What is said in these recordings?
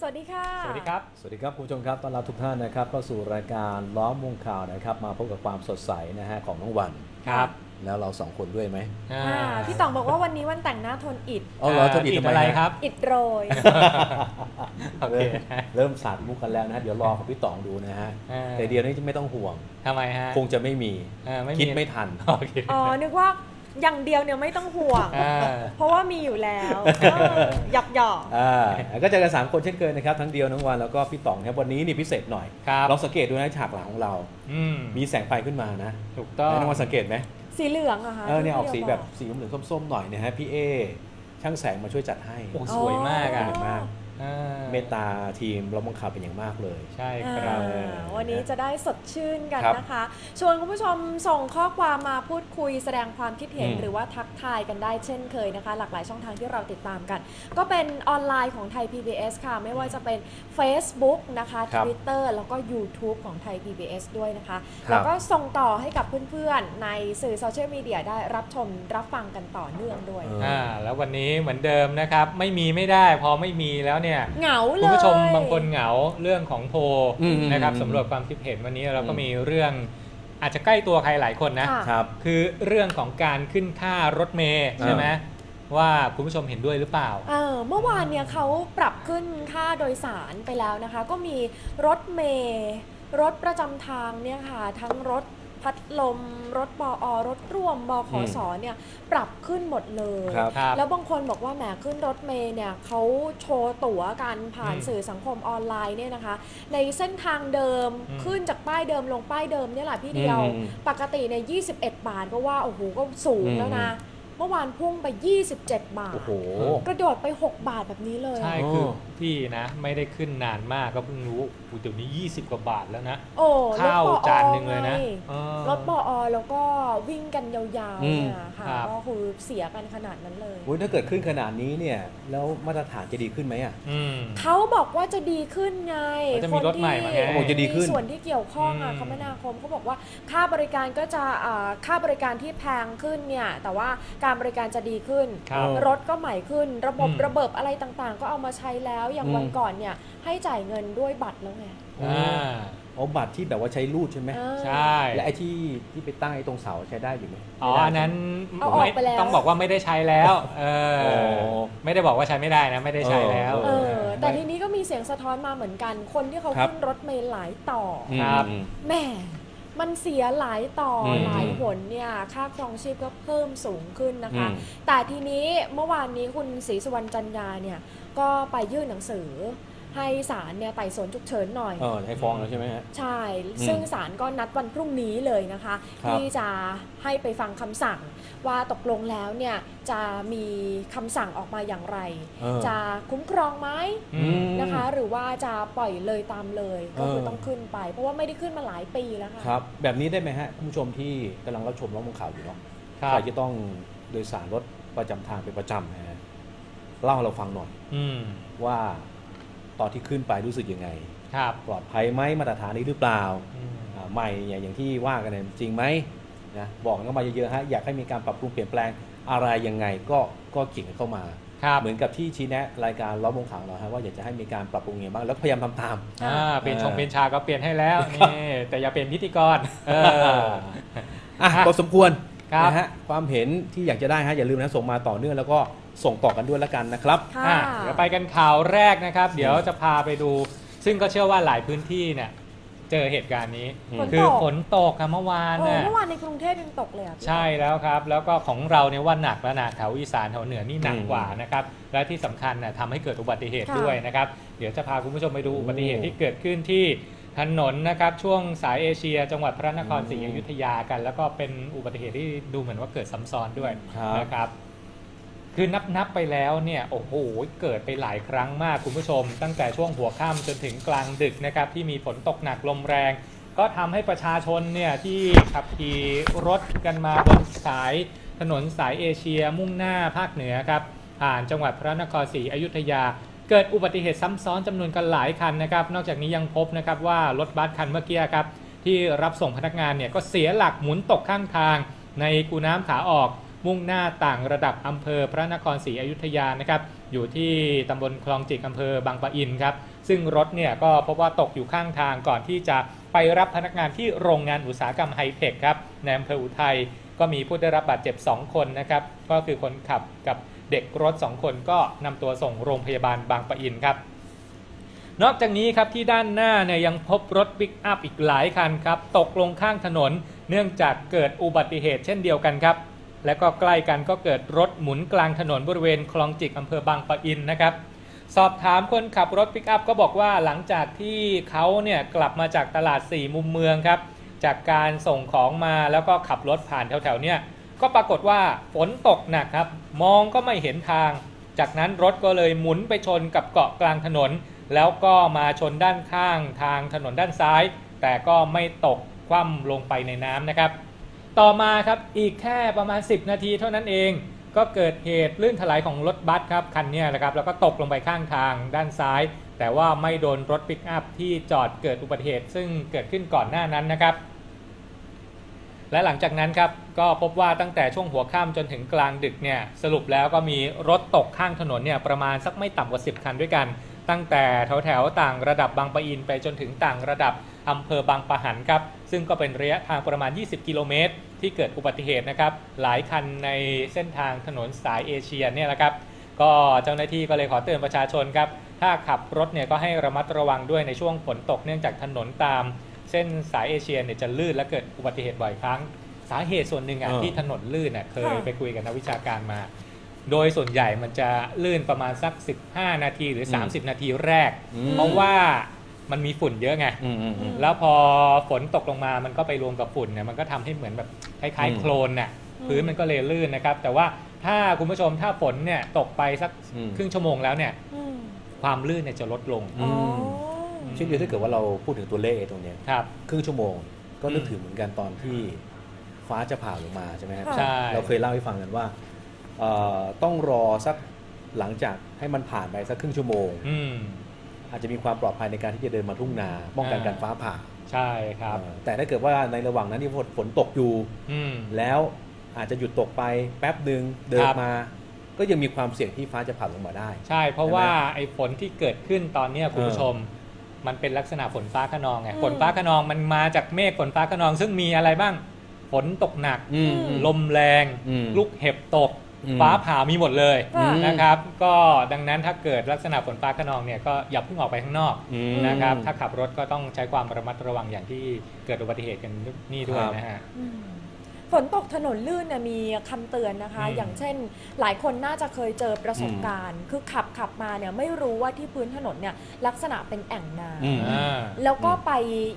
สวัสดีค่ะ สวัสดีครับ สวัสดีครับคุณผู้ชมครับต้อนรับทุกท่านนะครับเข้าสู่รายการล้อมวงข่าวนะครับ มาพบกับความสดใสนะฮะของน้องวัน ครับ แล้วเราสองคนด้วยไหม อ่า อ่าพี่ต่องบอกว่าวันนี้วันแต่งหน้าโทนอิด อ๋อเหรอจะดี ติดทำไม อะไร ฮ ครับ อิดโรย โอเค เริ่มเริ่มสาดมุกกันแล้วนะฮะเดี๋ยวรอของพี่ต๋องดูนะฮะ อ่า แต่เดียวนี้ไม่ต้องห่วง ทำไมฮะ คงจะไม่มี อ่าไม่ คิดไม่ทัน โอเค อ๋อ นึกว่าอย่างเดียวเนี่ยไม่ต้องห่ว ง อ่า เพราะว่ามีอยู่แล้วเออหยอกหยอก อ่าก็เจอกันสามคนเช่นเคยนะครับทั้งเดียวน้องวันแล้วก็พี่ต๋องครับวันนี้นี่พิเศษหน่อย ครับ ลองสังเกตดูนะฉากหลังของเรา อืม มีแสงไฟขึ้นมานะ ถูกต้อง น้องวันสังเกตไหม สีเหลืองอะคะ เออเนี่ยออกสีแบบ ที่ สีเหลืองส้มๆหน่อยเนะฮะพี่เอช่างแสงมาช่วยจัดให้ โอ้ เดี สวยมากอ่ะ ะ โ มาก อ่ เมตตาทีมเราบังคับเป็นอย่างมากเลย ใช่ อ่า ครับ วันนี้จะได้สดชื่นกัน ครับ นะคะ ชวนคุณผู้ชมส่งข้อความมาพูดคุยแสดงความคิดเห็น อืม หรือว่าทักทายกันได้เช่นเคยนะคะ หลากหลายช่องทางที่เราติดตามกัน ก็เป็นออนไลน์ของไทย PBS ค่ะ ไม่ว่าจะเป็น Facebook นะคะ ครับ Twitter แล้วก็ YouTube ของไทย PBS ด้วยนะคะ ครับ แล้วก็ส่งต่อให้กับเพื่อนๆ ในสื่อโซเชียลมีเดียได้รับชมรับฟังกันต่อเนื่องด้วย เออ อ่าแล้ววันนี้เหมือนเดิมนะครับ ไม่มีไม่ได้พอไม่มีแล้วเนี่ย เหงาเลย คุณผู้ชมบางคนเหงาเรื่องของโพล อืม นะครับ อืม สำรวจความคิดเห็นวันนี้เราก็ อืม มีเรื่องอาจจะใกล้ตัวใครหลายคนนะ ค่ะ ครับ คือเรื่องของการขึ้นค่ารถเมล์ใช่ไหมว่าคุณผู้ชมเห็นด้วยหรือเปล่า เออเมื่อวานเนี่ยเขาปรับขึ้นค่าโดยสารไปแล้วนะคะ ก็มีรถเมย์รถประจำทางเนี่ยค่ะ ทั้งรถพัดลม รถปออรถร่วมบข อืม สเนี่ยปรับขึ้นหมดเลย ครับ ครับ แล้วบางคนบอกว่าแหมขึ้นรถเมย์เนี่ยเขาโชว์ตั๋วกันผ่าน อืม สื่อสังคมออนไลน์เนี่ยนะคะ ในเส้นทางเดิม อืม ขึ้นจากป้ายเดิมลงป้ายเดิมเนี่ยแหละพี่เดียว อืม ปกติเนี่ย21 บาทก็ว่าโอ้โหก็สูงแล้วนะ เมื่อวานพุ่งไป 27 บาท โอ้โห กระโดดไป 6 บาทแบบนี้เลย ใช่ โอ้ คือพี่นะไม่ได้ขึ้นนานมากก็เพิ่งรู้โอ้โหเดี๋ยวนี้ 20 กว่าบาทแล้วนะ โอ้รถ ข้าว ปอ จานหนึ่งเลยนะ ไง เออ รถปออแล้วก็วิ่งกันยาวๆ อืม เนี่ยค่ะ ครับ ก็คือเสียกันขนาดนั้นเลย โอ้ยถ้าเกิดขึ้นขนาดนี้เนี่ย แล้วมาตรฐานจะดีขึ้นไหมอ่ะ ม เขาบอกว่าจะดีขึ้นไง เขาจะมีรถใหม่มาไง เขาบอกจะดีขึ้น ส่วนที่เกี่ยวข้องอะ อืม คมนาคมเขาบอกว่าค่าบริการก็จะอ่าค่าบริการที่แพงขึ้นเนี่ยแต่ว่าการบริการจะดีขึ้น ครับ รถก็ใหม่ขึ้น ระบบ อืม ระเบิบอะไรต่างๆ ก็เอามาใช้แล้วอย่างวัน อืม ก่อนเนี่ยให้จ่ายเงินด้วยบัตรแล้วไง อ่า เอาบัตรที่แบบว่าใช้รูดใช่ไหม เออ ใช่ และไอ้ที่ที่ไปตั้งไอ้ตรงเสาใช้ได้อยู่ไหม อ๋ออันนั้น เอาออกไปแล้ว ต้องบอกว่าไม่ได้ใช้แล้วเออ โอ้ ไม่ได้บอกว่าใช้ไม่ได้นะ ไม่ได้ใช้แล้ว เอ เออแต่ทีนี้ก็มีเสียงสะท้อนมาเหมือนกัน คนที่เขา ครับ ขึ้นรถเมล์หลายต่ออ ครับ อืม แหม่มันเสียหลายต่ออ ม หลายหนเนี่ยค่าครองชีพก็เพิ่มสูงขึ้นนะคะ อืม แต่ทีนี้เมื่อวานนี้คุณศรีสุวรรณจันยาเนี่ยก็ไปยื่นหนังสือ ให้ศาลเนี่ยไต่สวนฉุกเฉินหน่อย เออให้ฟ้องแล้วใช่ไหมฮะ ใช่ อืม ซึ่งศาลก็นัดวันพรุ่งนี้เลยนะคะ ครับ ที่จะให้ไปฟังคำสั่ง ว่าตกลงแล้วเนี่ยจะมีคำสั่งออกมาอย่างไร เออ จะคุ้มครองไหม อืม อืม นะคะหรือว่าจะปล่อยเลยตามเลยก็คือ เออ ต้องขึ้นไป เพราะว่าไม่ได้ขึ้นมาหลายปีแล้ว ครั ค่ะ บ แบบนี้ได้ไหมฮะคุณผู้ชมที่กำลังรับชมร้องข่าวอยู่เนาะ ครับ ใครจะต้องโดยสารรถประจำทางเป็นประจำนะฮะเล่าให้เราฟังหน่อย อืม ว่าตอนที่ขึ้นไปรู้สึกยังไง ครับ ปลอดภัยไหมมาตรฐานนี้หรือเปล่า อืม อ่าใหม่เนี่ยอย่างที่ว่ากันเนี่ยจริงไหมนะบอกกันเข้ามาเยอะๆฮะอยากให้มีการปรับปรุงเปลี่ยนแปลงอะไรยังไงก็ก็เขียนกันเข้ามา ครับ เหมือนกับที่ชี้แนะรายการล้อมวงข่าวของเราฮะว่าอยากจะให้มีการปรับปรุงยังไงบ้างแล้วพยายามทำตาม อ่าเปลี่ยนชง เออ เปลี่ยนชาก็เปลี่ยนให้แล้วนี่แต่อย่าเป็นพิธีกรเออ อ่ะ ฮะ พอสมควร ครับ นะฮะความเห็นที่อยากจะได้ฮะอย่าลืมนะส่งมาต่อเนื่องแล้วก็ส่งต่อกันด้วยแล้วกันนะครับ ค่ะ อ่ะเดี๋ยวไปกันข่าวแรกนะครับ เดี๋ยวจะพาไปดู ซึ่งก็เชื่อว่าหลายพื้นที่เนี่ยเจอเหตุการณ์นี้ อืม ฝนตก คือฝนตกอะเมื่อวาน เออ น่ะ เมื่อวานในกรุงเทพยังตกเลยอ่ะพี่ ใช่แล้วครับ แล้วก็ของเราเนี่ยว่าหนักแล้วนะแถวอีสานแถวเหนือนี่หนัก อืม กว่านะครับและที่สำคัญน่ะทำให้เกิดอุบัติเหตุด้วยนะครับ เดี๋ยวจะพาคุณผู้ชมไปดู โอ้ อุบัติเหตุที่เกิดขึ้นที่ถนนนะครับช่วงสายเอเชีย จังหวัดพระนครศรีอยุธยากัน แล้วก็เป็นอุบัติเหตุที่ดูเหมือนว่าเกิดซ้ำซ้อนด้วย ครับ นะครับ คือนับนับไปแล้วเนี่ยโอ้โหเกิดไปหลายครั้งมากคุณผู้ชม ตั้งแต่ช่วงหัวค่ำจนถึงกลางดึกนะครับ ที่มีฝนตกหนักลมแรง ก็ทำให้ประชาชนเนี่ยที่ขับขี่รถกันมาบนสายถนนสายเอเชียมุ่งหน้าภาคเหนือครับ ผ่านจังหวัดพระนครศรีอยุธยา เกิดอุบัติเหตุซ้ำซ้อนจำนวนกันหลายคันนะครับ นอกจากนี้ยังพบนะครับว่ารถบัสคันเมื่อกี้ครับ ที่รับส่งพนักงานเนี่ยก็เสียหลักหมุนตกข้างทาง ในกูน้ำขาออก มุ่งหน้าต่างระดับอำเภอพระนครศรีอยุธยานะครับ อยู่ที่ตำบลคลองจิกอำเภอบางปะอินครับ ซึ่งรถเนี่ยก็พบว่าตกอยู่ข้างทางก่อนที่จะไปรับพนักงานที่โรงงานอุตสาหกรรมไฮเทคครับในอำเภออุทัยก็มีผู้ได้รับบาดเจ็บ 2 คนนะครับ ก็คือคนขับกับเด็กรถ 2 คนก็นำตัวส่งโรงพยาบาลบางปะอินครับ นอกจากนี้ครับที่ด้านหน้าเนี่ยยังพบรถปิกอัพอีกหลายคันครับ ตกลงข้างถนน เนื่องจากเกิดอุบัติเหตุเช่นเดียวกันครับ และก็ใกล้กันก็เกิดรถหมุนกลางถนนบริเวณคลองจิกอำเภอบางปะอินนะครับ สอบถามคนขับรถปิกอัพก็บอกว่าหลังจากที่เขาเนี่ยกลับมาจากตลาดสี่มุมเมืองครับ จากการส่งของมาแล้วก็ขับรถผ่านแถวๆเนี่ยก็ปรากฏว่าฝนตกหนักครับ มองก็ไม่เห็นทาง จากนั้นรถก็เลยหมุนไปชนกับเกาะกลางถนน แล้วก็มาชนด้านข้างทางถนนด้านซ้าย แต่ก็ไม่ตกคว่ำลงไปในน้ำนะครับ ต่อมาครับอีกแค่ประมาณ 10 นาทีเท่านั้นเอง ก็เกิดเหตุลื่นถลายของรถบัสครับคันเนี้แหละครับแล้วก็ตกลงไปข้างทางด้านซ้าย แต่ว่าไม่โดนรถปิกอัพที่จอดเกิดอุบัติเหตุ ซึ่งเกิดขึ้นก่อนหน้านั้นนะครับ และหลังจากนั้นครับก็พบว่าตั้งแต่ช่วงหัวค่ำจนถึงกลางดึกเนี่ยสรุปแล้วก็มีรถตกข้างถนนเนี่ยประมาณสักไม่ต่ำกว่า 10 คันด้วยกัน ตั้งแต่แถวแถวๆต่างระดับบางปะอินไปจนถึงต่างระดับอำเภอบางปะหันครับซึ่งก็เป็นระยะทางประมาณ 20 กิโลเมตร ที่เกิดอุบัติเหตุนะครับหลายคันในเส้นทางถนนสายเอเชียเนี่ยแหละครับ ก็เจ้าหน้าที่ก็เลยขอเตือนประชาชนครับ ถ้าขับรถเนี่ยก็ให้ระมัดระวังด้วยในช่วงฝนตกเนื่องจากถนนตาม เส้นสายเอเชียเนี่ยจะลื่นและเกิดอุบัติเหตุบ่อยครั้ง สาเหตุส่วนหนึ่งอ่ะ เออ ที่ถนนลื่นอ่ะเคย ค่ะ ไปคุยกับนักวิชาการมา โดยส่วนใหญ่มันจะลื่นประมาณสัก 15 นาทีหรือ 30 นาทีแรก อืม เพราะว่ามันมีฝุ่นเยอะไง อืมอืมอืม แล้วพอฝนตกลงมา มันก็ไปรวมกับฝุ่นเนี่ย มันก็ทำให้เหมือนแบบคล้าย อืๆมโคลนน่ะ อืม พื้นมันก็เลยลื่นนะครับ แต่ว่าถ้าคุณผู้ชมถ้าฝนเนี่ยตกไปสัก อืม ครึ่งชั่วโมงแล้วเนี่ย อืม ความลื่นเนี่ยจะลดลง อ๋ออ เช่นเดียวถ้าเกิดว่าเราพูดถึงตัวเลขไอ้ตรงเนี้ย ครับ ครึ่งชั่วโมงก็นึก อืม ถึงเหมือนกันตอนที่ฟ้าจะผ่าลงมาใช่ไหมครับ ค่ะ ใช่ เราเคยเล่าให้ฟังกันว่าเอ่อต้องรอสักหลังจากให้มันผ่านไปสักครึ่งชั่วโมง อืม อาจจะมีความปลอดภัยในการที่จะเดินมาทุ่งนาป้องกัน อ่า การฟ้าผ่า ใช่ครับ เอ่อแต่ถ้าเกิดว่าในระหว่างนั้นที่ฝนฝนตกอยู่ อืม แล้วอาจจะหยุดตกไปแป๊บหนึ่งเดิน ครับ มา ก็ยังมีความเสี่ยงที่ฟ้าจะผ่าลงมาได้ ใช่ เพราะว่าไอ้ฝนที่เกิดขึ้นตอนเนี้ยคุณผู้ชม มันเป็นลักษณะฝนฟ้าขนองไง อืม ฝนฟ้าขนองมันมาจากเมฆฝนฟ้าขนอง ซึ่งมีอะไรบ้าง ฝนตกหนัก อืม ลมแรง อืม ลูกเห็บตก อืม ฟ้าผ่ามีหมดเลย ค่ะ อืม นะครับ ก็ดังนั้นถ้าเกิดลักษณะฝนฟ้าขนองเนี่ยก็อย่าเพิ่งออกไปข้างนอก อืม นะครับ ถ้าขับรถก็ต้องใช้ความระมัดระวังอย่างที่เกิดอุบัติเหตุกันนี่ด้วยนะฮะ อืมฝนตกถนนลื่นเนี่ยมีคำเตือนนะคะ อืม อย่างเช่น หลายคนน่าจะเคยเจอประสบการณ์ คือขับขับมาเนี่ยไม่รู้ว่าที่พื้นถนนเนี่ยลักษณะเป็นแอ่งน้ อืม อ่า ำแล้วก็ไป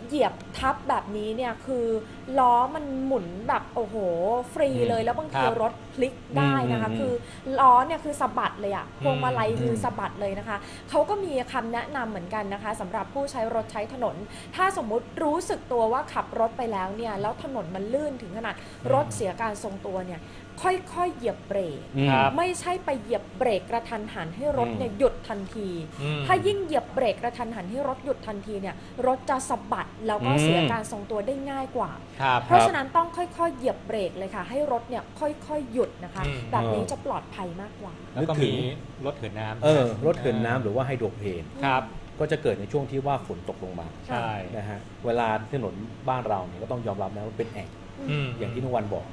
เหยียบทับแบบนี้เนี่ยคือล้อมันหมุนแบบโอ้โห ฟรีเลย แล้วบางที ครับ รถพลิกได้นะคะ อืม คือล้อเนี่ยคือสะบัดเลยอะพวงมาลัย อืม คือสะบัดเลยนะคะ เขาก็มีคำแนะนำเหมือนกันนะคะสำหรับผู้ใช้รถใช้ถนน ถ้าสมมุติรู้สึกตัวว่าขับรถไปแล้วเนี่ย แล้วถนนมันลื่นถึงขนาด ม รถเสียการทรงตัวเนี่ย ค่อยๆเหยียบเบรก อืม ครับ ไม่ใช่ไปเหยียบเบรกกระทันหันให้รถเนี่ย อืม หยุดทันที อืม ถ้ายิ่งเหยียบเบรกกระทันหันให้รถหยุดทันทีเนี่ยรถจะสะบัดแล้วก็เสียการทรงตัวได้ง่ายกว่า ครับ เพราะฉะนั้นต้องค่อยๆเหยียบเบรกเลยค่ะ ให้รถเนี่ยค่อยๆหยุดนะคะ อืม แบบนี้จะปลอดภัยมากกว่า แล้วก็มีรถเหินน้ำ เออรถเหินน้ำหรือว่าไฮโดรเพลน ครับ ก็จะเกิดในช่วงที่ว่าฝนตกลงมา ใช่ นะฮะเวลาถนนบ้านเราเนี่ยก็ต้องยอมรับนะว่าเป็นแอ่ง อืม อย่างที่นุวันบอก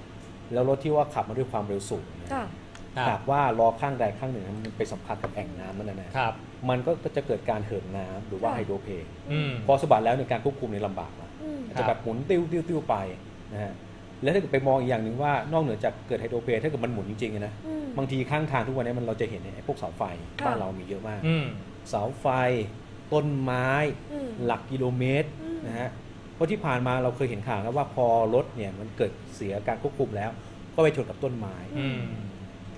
แล้วรถที่ว่าขับมาด้วยความเร็วสูงเนี่ย ค่ะ ครับ หากว่าล้อข้างใดข้างหนึ่งมันไปสัมผัสกับแอ่งน้ำนั่นนะนะครับ มันก็จะเกิดการเหินน้ำหรือว่า ค่ะ ไฮโดรเพลน อืม พอสะบัดแล้วในยการควบคุมในยลำบากนะ อืม ครับ จะแบบหมุนติ้วติ้วติ้วไปนะฮะแล้วถ้าเกิดไปมองอีกอย่างหนึ่งว่านอกเหนือจากเกิดไฮโดรเพลนถ้าเกิดมันหมุนจริงๆนะ อืม บางทีข้างทางทุกวันนี้มันเราจะเห็นไอ้พวกเสาไฟบ้าน ค่ะ เรามีเยอะมาก อืม เสาไฟ ต้นไม้ อืม หลักกิโลเมตร อืม นะฮะเพราะที่ผ่านมาเราเคยเห็นข่าวแล้วว่าพอรถเนี่ยมันเกิดเสียการควบคุมแล้ว ก็ไปชนกับต้นไม้ อืม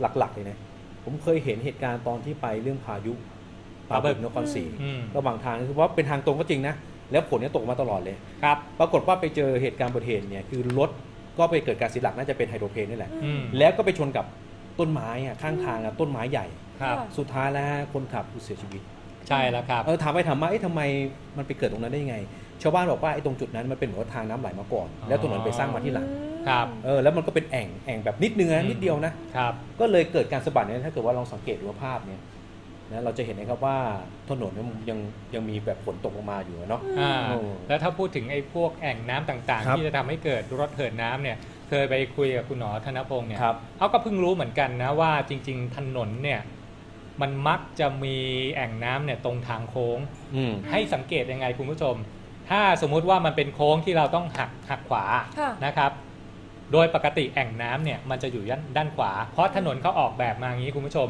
หลักๆเลยนะผมเคยเห็นเหตุการณ์ตอนที่ไปเรื่องพายุป ปลา ลา บึ บึ ก กนครศรี อืม ระหว่างทางคือว่าเป็นทางตรงก็จริงนะ แล้วฝนเนี่ยตกมาตลอดเลย ครับ ปรากฏว่าไปเจอเหตุการณ์อุบัติเหตุเนี่ยคือรถก็ไปเกิดการเสียหลักน่าจะเป็นไฮโดรเพลนนี่แหละ อืม แล้วก็ไปชนกับต้นไม้อะข้างทางอะต้นไม้ใหญ่ ครับ ค่ะ สุดท้ายแล้วคนขับเสียชีวิต ใช่แล้วครับ เออถามไปถามมาเอ๊ะทำไมมันไปเกิดตรงนั้นได้ยังไง ชาวบ้านบอกว่าไอ้ตรงจุดนั้นมันเป็นเหมือนว่าทางน้ำไหลมาก่อน อ๋อ แล้วถนนไปสร้างมาที่หลัง อืม ครับ เออแล้วมันก็เป็นแอ่งแอ่งแบบนิดนึงนะนิดเดียวนะ ครับ ก็เลยเกิดการสะบัดเนี่ยถ้าเกิดว่าลองสังเกตดูว่าภาพเนี่ย นะเราจะเห็นนะครับว่าถนนเนี่ยมันยังยังมีแบบฝนตกลงมาอยู่อะเนาะ อืม อ่า โอ้ แล้วถ้าพูดถึงไอ้พวกแอ่งน้ำต่าง ครั ๆ บ ที่จะทำให้เกิดรถเหินน้ำเนี่ยเคยไปคุยกับคุณหมอธนพงศ์เนี่ย ครับ เขาก็เพิ่งรู้เหมือนกันนะว่าจริง ๆ ถนนเนี่ยมันมักจะมีแอ่งน้ำเนี่ยตรงทางโค้ง อืม ให้สังเกตยังไงคุณผู้ชม ถ้าสมมุติว่ามันเป็นโค้งที่เราต้องหักหักขวา ค่ะ นะครับ โดยปกติแอ่งน้ำเนี่ยมันจะอยู่ด้านด้านขวา เพราะถนนเขาออกแบบมาอย่างนี้คุณผู้ชม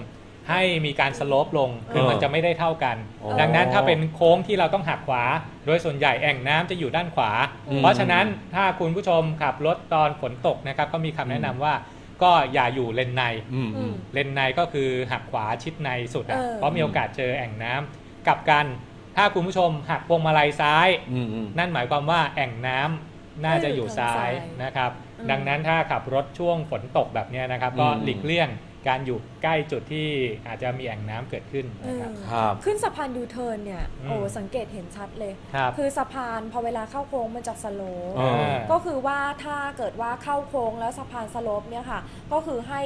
ให้มีการสโลปลงคือ เออ มันจะไม่ได้เท่ากัน อ๋อ ดังนั้นถ้าเป็นโค้งที่เราต้องหักขวา โดยส่วนใหญ่แอ่งน้ำจะอยู่ด้านขวา อืม เพราะฉะนั้นถ้าคุณผู้ชมขับรถตอนฝนตกนะครับก็มีคำแนะนำว่า ก็อย่าอยู่เลนใน อืม อื อื ม ม เลนในก็คือหักขวาชิดในสุดอะ เออ เพราะมีโอกาสเจอแอ่งน้ำกลับกัน ถ้าคุณผู้ชมหักพวงมาลัยซ้าย อืมอืม นั่นหมายความว่าแอ่งน้ำน่าจะอยู่ซ้ายนะครับ อืม ดังนั้นถ้าขับรถช่วงฝนตกแบบเนี้ยนะครับ ก็ อืม หลีกเลี่ยงการอยู่ใกล้จุดที่อาจจะมีแอ่งน้ำเกิดขึ้น เออนะครับ ครับ ขึ้นสะพานยูเทิร์นเนี่ย อืม โอ้สังเกตเห็นชัดเลย ครับ คือสะพานพอเวลาเข้าโค้งมันจะสโลป เออ ก็คือว่าถ้าเกิดว่าเข้าโค้งแล้วสะพานสโลปเนี่ยค่ะ ก็คือให้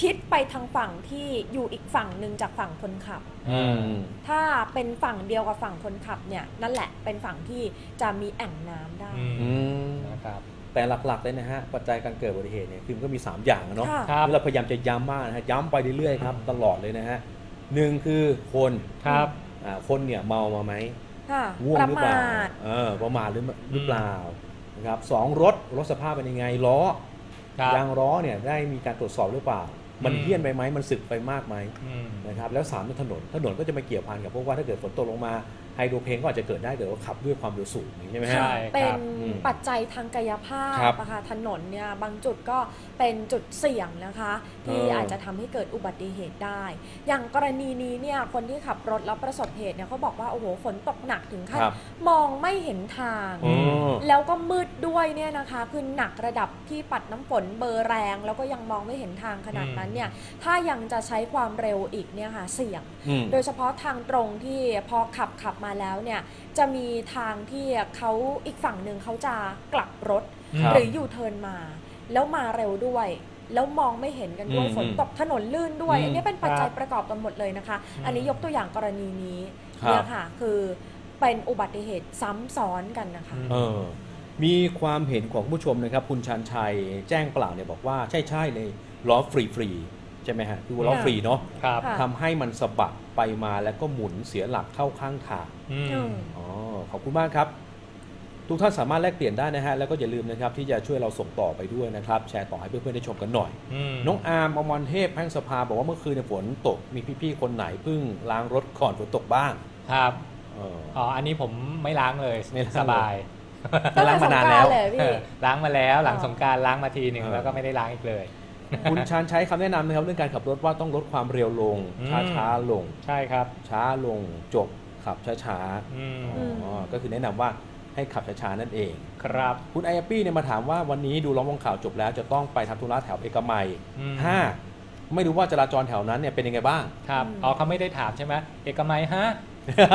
ชิดไปทางฝั่งที่อยู่อีกฝั่งหนึ่งจากฝั่งคนขับ อืม ถ้าเป็นฝั่งเดียวกับฝั่งคนขับเนี่ยนั่นแหละเป็นฝั่งที่จะมีแอ่งน้ำได้ อืม อืม นะครับ แต่หลักๆเลยนะฮะ ปัจจัยการเกิดอุบัติเหตุเนี่ยคือมันก็มี 3 อย่างนะเนาะ ค่ะ ครับ ที่เราพยายามจะย้ำมากนะฮะ ย้ำไปเรื่อยๆครับ ตลอดเลยนะฮะหนึ่งคือคน ครับ อ่าคนเนี่ยเมามาไหม ค่ะ ง่วง ประ หรือเป มา ล่า ท เออประมาทหรือหรือเปล่านะครับสองรถรถสภาพเป็นยังไงล้อ ครับ ยางล้อเนี่ยได้มีการตรวจสอบหรือเปล่า มัน อืม เหี้ยนไปไหมมันสึกไปมากไหม อืม นะครับแล้วสามคือถนนถนนก็จะมาเกี่ยวพันกับพวกว่าถ้าเกิดฝนตกลงมาไฮโดรเพลนก็อาจจะเกิดได้เกิดว่าขับด้วยความเร็วสูงอย่างนี้ใช่ไหมฮะ ใช่ เป็น อืม ปัจจัยทางกายภาพ ครับ นะคะถนนเนี่ยบางจุดก็เป็นจุดเสี่ยงนะคะ ที่ เอออ อาจจะทำให้เกิดอุบัติเหตุได้ อย่างกรณีนี้เนี่ยคนที่ขับรถแล้วประสบเหตุเนี่ยเขาบอกว่าโอ้โหฝนตกหนักถึงขั้น ครับ มองไม่เห็นทาง อืม แล้วก็มืดด้วยเนี่ยนะคะคือหนักระดับที่ปัดน้ำฝนเบอร์แรง แล้วก็ยังมองไม่เห็นทางขนาดนั้นเนี่ยถ้ายังจะใช้ความเร็วอีกเนี่ยค่ะเสี่ยง อืม โดยเฉพาะทางตรงที่พอขับขับมาแล้วเนี่ยจะมีทางที่เขาอีกฝั่งหนึ่งเขาจะกลับรถ ครับ หรืออยู่เทิร์นมา แล้วมาเร็วด้วย แล้วมองไม่เห็นกันด้วย อืม ฝนตกถนนลื่นด้วย อืม อันนี้เป็นปัจจัย ครับ ประกอบกันหมดเลยนะคะ อืม อันนี้ยกตัวอย่างกรณีนี้ ครับ เนี่ยค่ะคือเป็นอุบัติเหตุซ้ำซ้อนกันนะคะ เออมีความเห็นของผู้ชมนะครับ คุณชันชัยแจ้งเปล่าเนี่ยบอกว่าใช่ใช่ๆเลยล้อฟรีฟรีๆใช่ไหมฮะคือว่าล้อฟรีเนาะ ครับ ค่ะ ทำให้มันสะบัดไปมาแล้วก็หมุนเสียหลักเข้าข้างทาง อื อื ม ม อ๋อขอบคุณมากครับ ทุกท่านสามารถแลกเปลี่ยนได้นะฮะ แล้วก็อย่าลืมนะครับ ที่จะช่วยเราส่งต่อไปด้วยนะครับ แชร์ต่อให้เพื่อนๆได้ชมกันหน่อย ม น้องอาร์มอมรเทพแพ่งสภาบอกว่าเมื่อคืนเนยฝนตกมีพี่ๆคนไหนเพิ่งล้างรถก่อนฝนตกบ้าง ครับ เออ อ๋อ อันนี้ผมไม่ล้างเลย ไม่ล้าง สบาย ไม่ล้างมานานแล้ว ตั้งต่สงกรต์เยพี่ เออล้างมาแล้วหลัง อ๋อ สงกรารล้างมาทีหนึ่ง เออ แล้วก็ไม่ได้ล้างอีกเลย คุณชานใช้คำแนะนำนะครับเรื่องการขับรถว่าต้องลดความเร็วลง อืม ช้าๆลง ใช่ครับ ช้าลงจบขับช้า อืม ๆอ๋อก็คือแนะนำว่าให้ขับช้าๆนั่นเอง ครับ คุณไอแอปปี้เนี่ยมาถามว่าวันนี้ดูล้อมวงข่าวจบแล้วจะต้องไปทำธุระแถวเอกมัย อืม ห้าไม่รู้ว่าจราจรแถวนั้นเนี่ยเป็นยังไงบ้าง ครับ อืม อ๋อเขาไม่ได้ถามใช่ไหมเอกมัยฮะ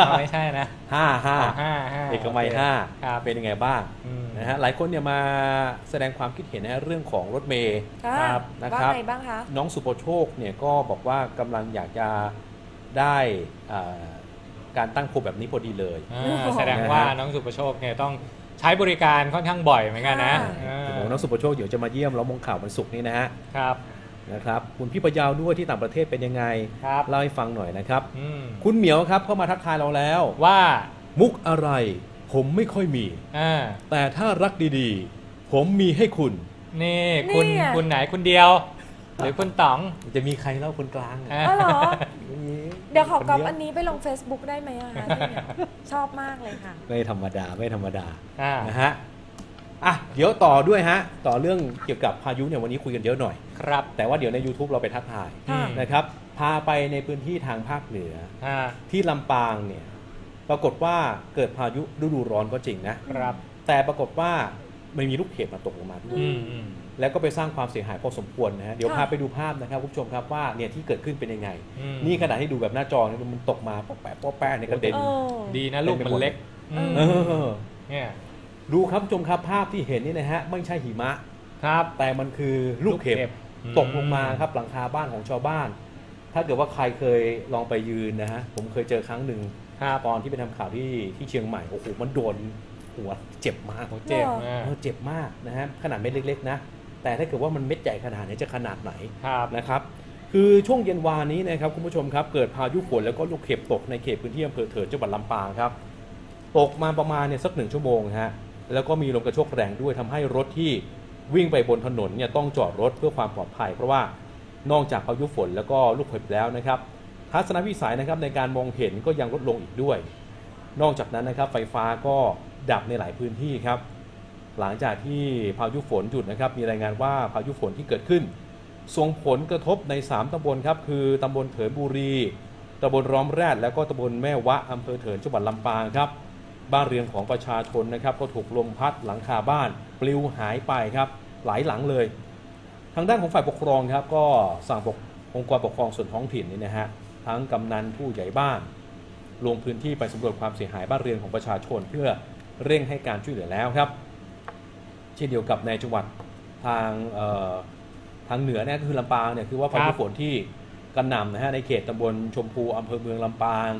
อ๋อไม่ใช่นะ ห้าห้า อ๋อห้าห้า เอกมัย โค ห้า ครับ เป็นยังไงบ้าง อืม นะฮะหลายคนเนี่ยมาแสดงความคิดเห็นนะฮะเรื่องของรถเมย์ ค่ะ ครับ นะ ว่า ครับ ไงบ้างคะ น้องสุโปโชคเนี่ยก็บอกว่ากำลังอยากจะได้อ่าการตั้งโคมแบบนี้พอดีเลย อ่าแสดงว่าน้องสุประโชคเนี่ยต้องใช้บริการค่อนข้างบ่อยเหมือนกันนะ ค่ะ เออ เดี๋ยวน้องสุโปโชคเดี๋ยวจะมาเยี่ยมเรามงข่าววันศุกร์นี้นะฮะ ครับ นะครับคุณพี่ประยาวด้วยที่ต่างประเทศเป็นยังไง ครับ เล่าให้ฟังหน่อยนะครับ อืม คุณเหมียวครับเข้ามาทักทายเราแล้ว ว่า มุกอะไร ผมไม่ค่อยมี อ่า แต่ถ้ารักดีๆ ผมมีให้คุณ นี่คุณ เนี่ย คุณไหนคุณเดียว หรือคุณต๋อง จะมีใครเล่าคนกลาง อ่า อ๋อเหรอ ไม่มี เดี๋ยวขอ คน ก๊อป เย อันนี้ไปลง Facebook ได้ไหมอะคะพี่เหมียวชอบมากเลยค่ะ ไม่ธรรมดาไม่ธรรมดา อ่า นะฮะ อ่ะ เดี๋ยวต่อด้วยฮะ ต่อเรื่องเกี่ยวกับพายุเนี่ยวันนี้คุยกันเยอะหน่อย ครับ แต่ว่าเดี๋ยวใน YouTube เราไปทักทาย ค่ะ อืม นะครับ พาไปในพื้นที่ทางภาคเหนือ อ่า ที่ลำปางเนี่ย ปรากฏว่าเกิดพายุฤดูร้อนก็จริงนะ ครับ แต่ปรากฏว่ามันมีลูกเห็บมาตกลงมาด้วย อืมอืม แล้วก็ไปสร้างความเสียหายพอสมควรนะฮะ เดี๋ยว ค่ะ พาไปดูภาพนะครับคุณผู้ชมครับว่าเนี่ยที่เกิดขึ้นเป็นยังไง อืม นี่ขณะที่ดูแบบหน้าจอเนี่ยมันตกมาป๊อปแปะป๊อปแปะในยกระเด็น โอ้ ดีนะลูกมันเล็ก เออ ม เออ เนี่ย ดูครับคุณผู้ชมครับภาพที่เห็นนี่นะฮะไม่ใช่หิมะ ครับ แต่มันคือลูกลูเห็กเห็ บบ อืม ตกลงมาครับหลังคาบ้านของชาวบ้าน ถ้าเกิดว่าใครเคยลองไปยืนนะฮะ ผมเคยเจอครั้งหนึ่งตอนที่ไปทำข่าวที่ที่เชียงใหม่ โอ้โห มันโดนหัวเจ็บมาก โหเจ็บมาก เออเจ็บมากนะฮะ ขนาดเม็ดเล็กๆนะ แต่ถ้าเกิดว่ามันเม็ดใหญ่ขนาดนี้จะขนาดไหน ครับ นะครับคือช่วงเย็นวานนี้นะครับคุณผู้ชมครับเกิดพายุฝนแล้วก็ลูกเห็บตกในเขตพื้นที่อำเภอเถิดจังหวัดลำปางครับตกมาประมาณเนี่ยสักหนึ่งชั่วโมงฮะแล้วก็มีลมกระโชกแรงด้วยทำให้รถที่วิ่งไปบนถนนเนี่ยต้องจอดรถเพื่อความปลอดภัย เพราะว่านอกจากพายุฝนแล้วก็ลูกเห็บแล้วนะครับทัศนวิสัยนะครับในการมองเห็นก็ยังลดลงอีกด้วย นอกจากนั้นนะครับไฟฟ้าก็ดับในหลายพื้นที่ครับ หลังจากที่พายุฝนหยุดนะครับมีรายงานว่าพายุฝนที่เกิดขึ้น ส่งผลกระทบใน 3 ตำบลครับ คือ ตำบลเถินบุรี ตำบลร้อมแรด แล้วก็ตำบลแม่วะ อำเภอเถินจังหวัดลำปางครับ บ้านเรือนของประชาชนนะครับ ก็ถูกลมพัดหลังคาบ้าน ปลิวหายไปครับ หลายหลังเลย ทางด้านของฝ่ายปกครองครับ ก็สั่งปกองค์กรปกครองส่วนท้องถิ่นนี่นะฮะ ทั้งกำนันผู้ใหญ่บ้าน ลงพื้นที่ไปสำรวจความเสียหายบ้านเรือนของประชาชนเพื่อเร่งให้การช่วยเหลือแล้วครับ เช่นเดียวกับในจังหวัดทางเอ่อทางเหนือเนี่ยก็คือลำปางเนี่ยคือว่าคพารั ยุ บ ฝนที่กระหน่ำนะฮะในเขตตำบลชมพูอำเภอเมืองลำปาง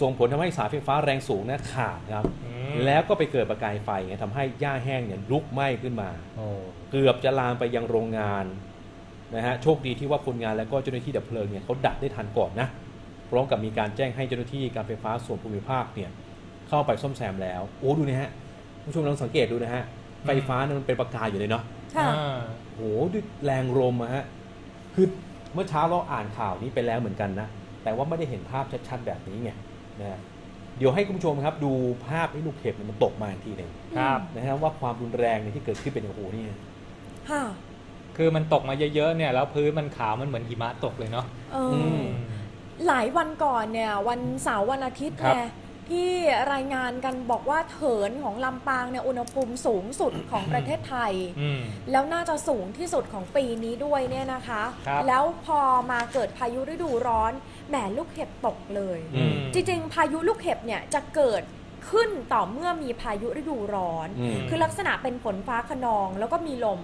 ส่งผลทำให้สายไฟฟ้าแรงสูงเนี่ยขาดครับ อืม แล้วก็ไปเกิดประกายไฟไงทำให้หญ้าแห้งเนี่ยลุกไหม้ขึ้นมา โอ้ เกือบจะลามไปยังโรงงานนะฮะโชคดีที่ว่าคนงานและก็เจ้าหน้าที่ดับเพลิงเนี่ยเขาดับได้ทันก่อนนะพร้อมกับมีการแจ้งให้เจ้าหน้าที่การไฟฟ้าส่วนภูมิภาคเนี่ยเข้าไปซ่อมแซมแล้ว โอ้ดูนะฮะคุณผู้ชมลองสังเกตดูนะฮะ อืม ไฟฟ้าเนี่ยมันเป็นประกายอยู่เลยเนาะ ค่ะ อ่า โอ้ด้วยแรงลมอะฮะคือเมื่อเช้าเราอ่านข่าวนี้ไปแล้วเหมือนกันนะแต่ว่าไม่ได้เห็นภาพชัดๆแบบนี้ไงนะฮะเดี๋ยวให้คุณผู้ชมครับดูภาพไอ้ลูกเห็บเนี่ยมันตกมาอีกทีหนึ่ง ครับ นะฮะว่าความรุนแรงเนี่ยที่เกิดขึ้นเป็นโอ้โหนี่ ค่ะ คือมันตกมาเยอะๆเนี่ยแล้วพื้นมันขาวมันเหมือนหิมะตกเลยเนาะ เออ ม อ หลายวันก่อนเนี่ยวันเสาร์วันอาทิตย์ ครับ เนี่ยที่รายงานกันบอกว่าเถินของลำปางเนี่ยอุณหภูมิสูงสุดของประเทศไทย อืม แล้วน่าจะสูงที่สุดของปีนี้ด้วยเนี่ยนะคะ ครับ แล้วพอมาเกิดพายุฤดูร้อนแหมลูกเห็บตกเลย อืม จริงๆ พายุลูกเห็บเนี่ยจะเกิดขึ้นต่อเมื่อมีพายุฤดูร้อน อืม คือลักษณะเป็นฝนฟ้าขนองแล้วก็มีลม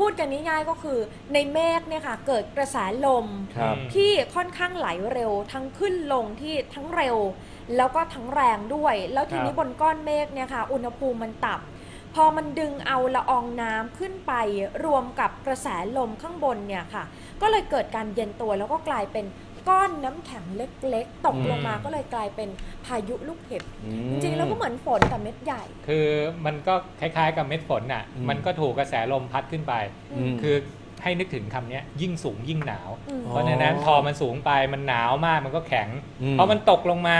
พูดกันง่ายๆก็คือในเมฆเนี่ยค่ะเกิดกระแสลม ครับ ที่ค่อนข้างไหลเร็วทั้งขึ้นลงที่ทั้งเร็ว แล้วก็ทั้งแรงด้วย แล้วทีนี้ ครับบนก้อนเมฆเนี่ยค่ะ อุณหภูมิมันต่ำพอมันดึงเอาละอองน้ำขึ้นไปรวมกับกระแสลมข้างบนเนี่ยค่ะ ก็เลยเกิดการเย็นตัวแล้วก็กลายเป็นก้อนน้ำแข็งเล็กๆ ตกลงมา อืม ก็เลยกลายเป็นพายุลูกเห็บ อืม จริงๆแล้วก็เหมือนฝนแต่เม็ดใหญ่ คือมันก็คล้ายๆกับเม็ดฝนน่ะ อืม มันก็ถูกกระแสลมพัดขึ้นไป อืม คือให้นึกถึงคำเนี้ยยิ่งสูงยิ่งหนาว อืม เพราะฉะนั้นพอมันสูงไปมันหนาวมากมันก็แข็ง อืม พอมันตกลงมา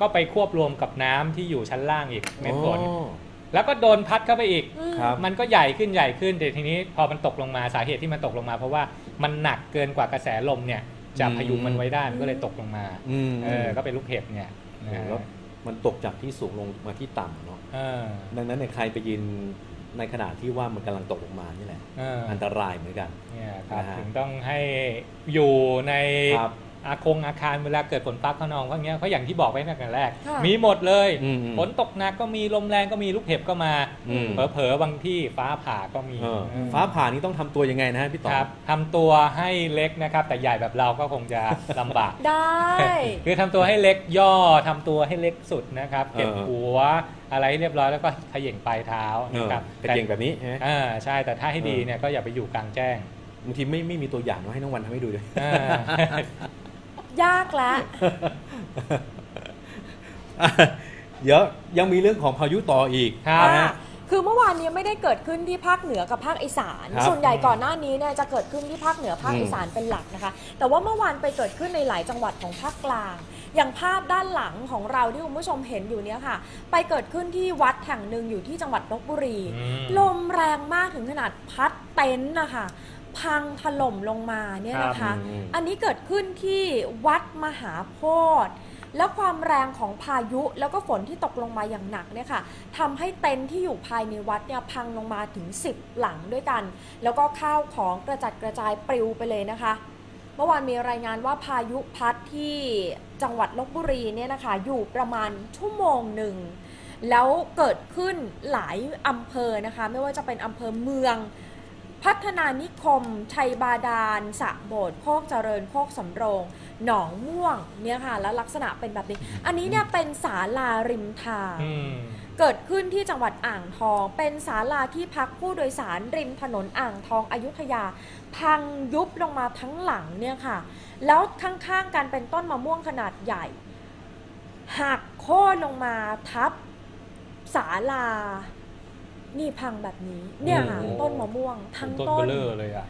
ก็ไปควบรวมกับน้ำที่อยู่ชั้นล่างอีกเม็ดฝน อ๋อ แล้วก็โดนพัดเข้าไปอีก ครับ มันก็ใหญ่ขึ้นใหญ่ขึ้นแต่ทีนี้พอมันตกลงมาสาเหตุที่มันตกลงมา เพราะว่ามันหนักเกินกว่ากระแสลมเนี่ยจะพยุงมันไว้ได้มันก็เลยตกลงมา อืม เออก็เป็นลูกเห็บเนี่ย โอ้โหแล้วมันตกจากที่สูงลงมาที่ต่ำเนาะ เออ ดังนั้นเนี่ยใครไปยืนในขณะที่ว่ามันกำลังตกลงมานี่แหละ เออ อันตรายเหมือนกัน เนี่ยครับ นะฮะ ถึงต้องให้อยู่ใน ครับ อาคงอาคารเวลาเกิดฝนฟ้าขนองพวกเนี้ยเพราะอย่างที่บอกไว้ตั้งแต่แรก ค่ะ มีหมดเลย อืม ฝนตกหนักก็มีลมแรงก็มีลูกเห็บก็มา อืม เผลอๆบางที่ฟ้าผ่าก็มี เออ เออ ฟ้าผ่านี่ต้องทำตัวยังไงนะฮะพี่ต่อ ครับทำตัวให้เล็กนะครับ แต่ใหญ่แบบเราก็คงจะ ลำบาก ได้ คือทำตัวให้เล็กย่อทำตัวให้เล็กสุดนะครับ เออ เก็บหัวอะไรให้เรียบร้อยแล้วก็เขย่งปลายเท้า เอ นะ อ ครับ กระเจงแบบนี้ฮะ อ่าใช่แต่ถ้าให้ดีเนี่ยก็อย่าไปอยู่กลางแจ้ง บางทีไม่ไม่มีตัวอย่างมาให้น้องวันทำให้ดูด้วย อ่า ยากละ เดี๋ยวยังมีเรื่องของพายุต่ออีก ครับ นะฮะ คือเมื่อวานนี้ไม่ได้เกิดขึ้นที่ภาคเหนือกับภาคอีสาน ครับ ส่วนใหญ่ก่อนหน้านี้เนี่ยจะเกิดขึ้นที่ภาคเหนือภาค อืม อีสานเป็นหลักนะคะ แต่ว่าเมื่อวานไปเกิดขึ้นในหลายจังหวัดของภาคกลาง อย่างภาพด้านหลังของเราที่คุณผู้ชมเห็นอยู่เนี่ยค่ะ ไปเกิดขึ้นที่วัดแห่งหนึ่งอยู่ที่จังหวัดลบบุรี อืม ลมแรงมากถึงขนาดพัดเต็นท์นะคะพังถล่มลงมาเนี่ยนะ ครั คะ บอืม อันนี้เกิดขึ้นที่วัดมหาโพธิ์และความแรงของพายุแล้วก็ฝนที่ตกลงมาอย่างหนักเนี่ยค่ะทำให้เต็นท์ที่อยู่ภายในวัดเนี่ยพังลงมาถึง 10 หลังด้วยกัน แล้วก็ข้าวของกระจัดกระจายปลิวไปเลยนะคะ เมื่อวานมีรายงานว่าพายุพัดที่จังหวัดลบบุรีเนี่ยนะคะ อยู่ประมาณชั่วโมงหนึ่ง แล้วเกิดขึ้นหลายอำเภอนะคะ ไม่ว่าจะเป็นอำเภอเมือง พัฒนานิคม ชัยบาดาลสระโบดโคกเจริญโคกสำโรง หนองม่วงเนี่ยค่ะ แล้วลักษณะเป็นแบบนี้ อันนี้เนี่ยเป็นศาลาริมทาง อืม เกิดขึ้นที่จังหวัดอ่างทอง เป็นศาลาที่พักผู้โดยสารริมถนนอ่างทองอยุธยา พังยุบลงมาทั้งหลังเนี่ยค่ะ แล้วข้างๆกันเป็นต้นมะม่วงขนาดใหญ่ หักโค่นลงมาทับศาลา นี่พังแบบนี้ เนี่ยค่ะ โอ้โห ต้นมะม่วงทั้ง ต้น ต้ เบ น ลอเลยอ่ะ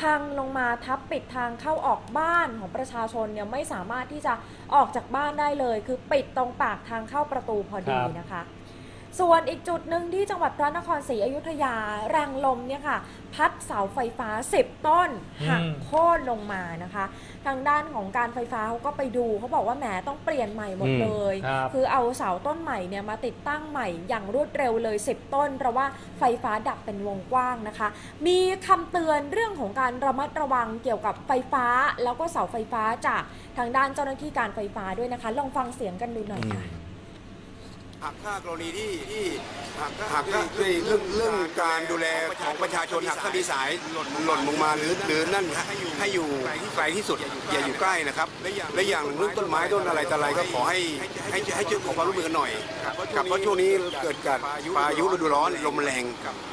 พังลงมาทับปิดทางเข้าออกบ้านของประชาชนเนี่ยไม่สามารถที่จะออกจากบ้านได้เลย คือปิดตรงปากทางเข้าประตูพอดี ครับ นะคะ ส่วนอีกจุดหนึ่งที่จังหวัดพระนครศรีอยุธยาแรงลมเนี่ยค่ะ พัดเสาไฟฟ้า 10 ต้นหักโค่นลงมานะคะ ทางด้านของการไฟฟ้าเขาก็ไปดูเขาบอกว่าแหมต้องเปลี่ยนใหม่หมด อืม เลย ครับ คือเอาเสาต้นใหม่เนี่ยมาติดตั้งใหม่อย่างรวดเร็วเลย 10 ต้น เพราะว่าไฟฟ้าดับเป็นวงกว้างนะคะ มีคำเตือนเรื่องของการระมัดระวังเกี่ยวกับไฟฟ้า แล้วก็เสาไฟฟ้าจากทางด้านเจ้าหน้าที่การไฟฟ้าด้วยนะคะ ลองฟังเสียงกันดูหน่อยค่ะ หากถ้ากรณีที่ที่หากถ้าหากถ้าในเรื่องเรื่องการดูแลของประชาชนหากถ้ามีสายหล่นหล่นลงมาหรือหรือนั่นให้อยู่ไกลที่สุดอย่าอยู่ใกล้นะครับ และอย่างหนึ่งเรื่องต้นไม้ต้นอะไรแต่อะไรก็ขอให้ให้ให้ช่วยขอความร่วมมือกันหน่อยครับเพราะช่วงนี้เกิดการพายุฤดูร้อนลมแรง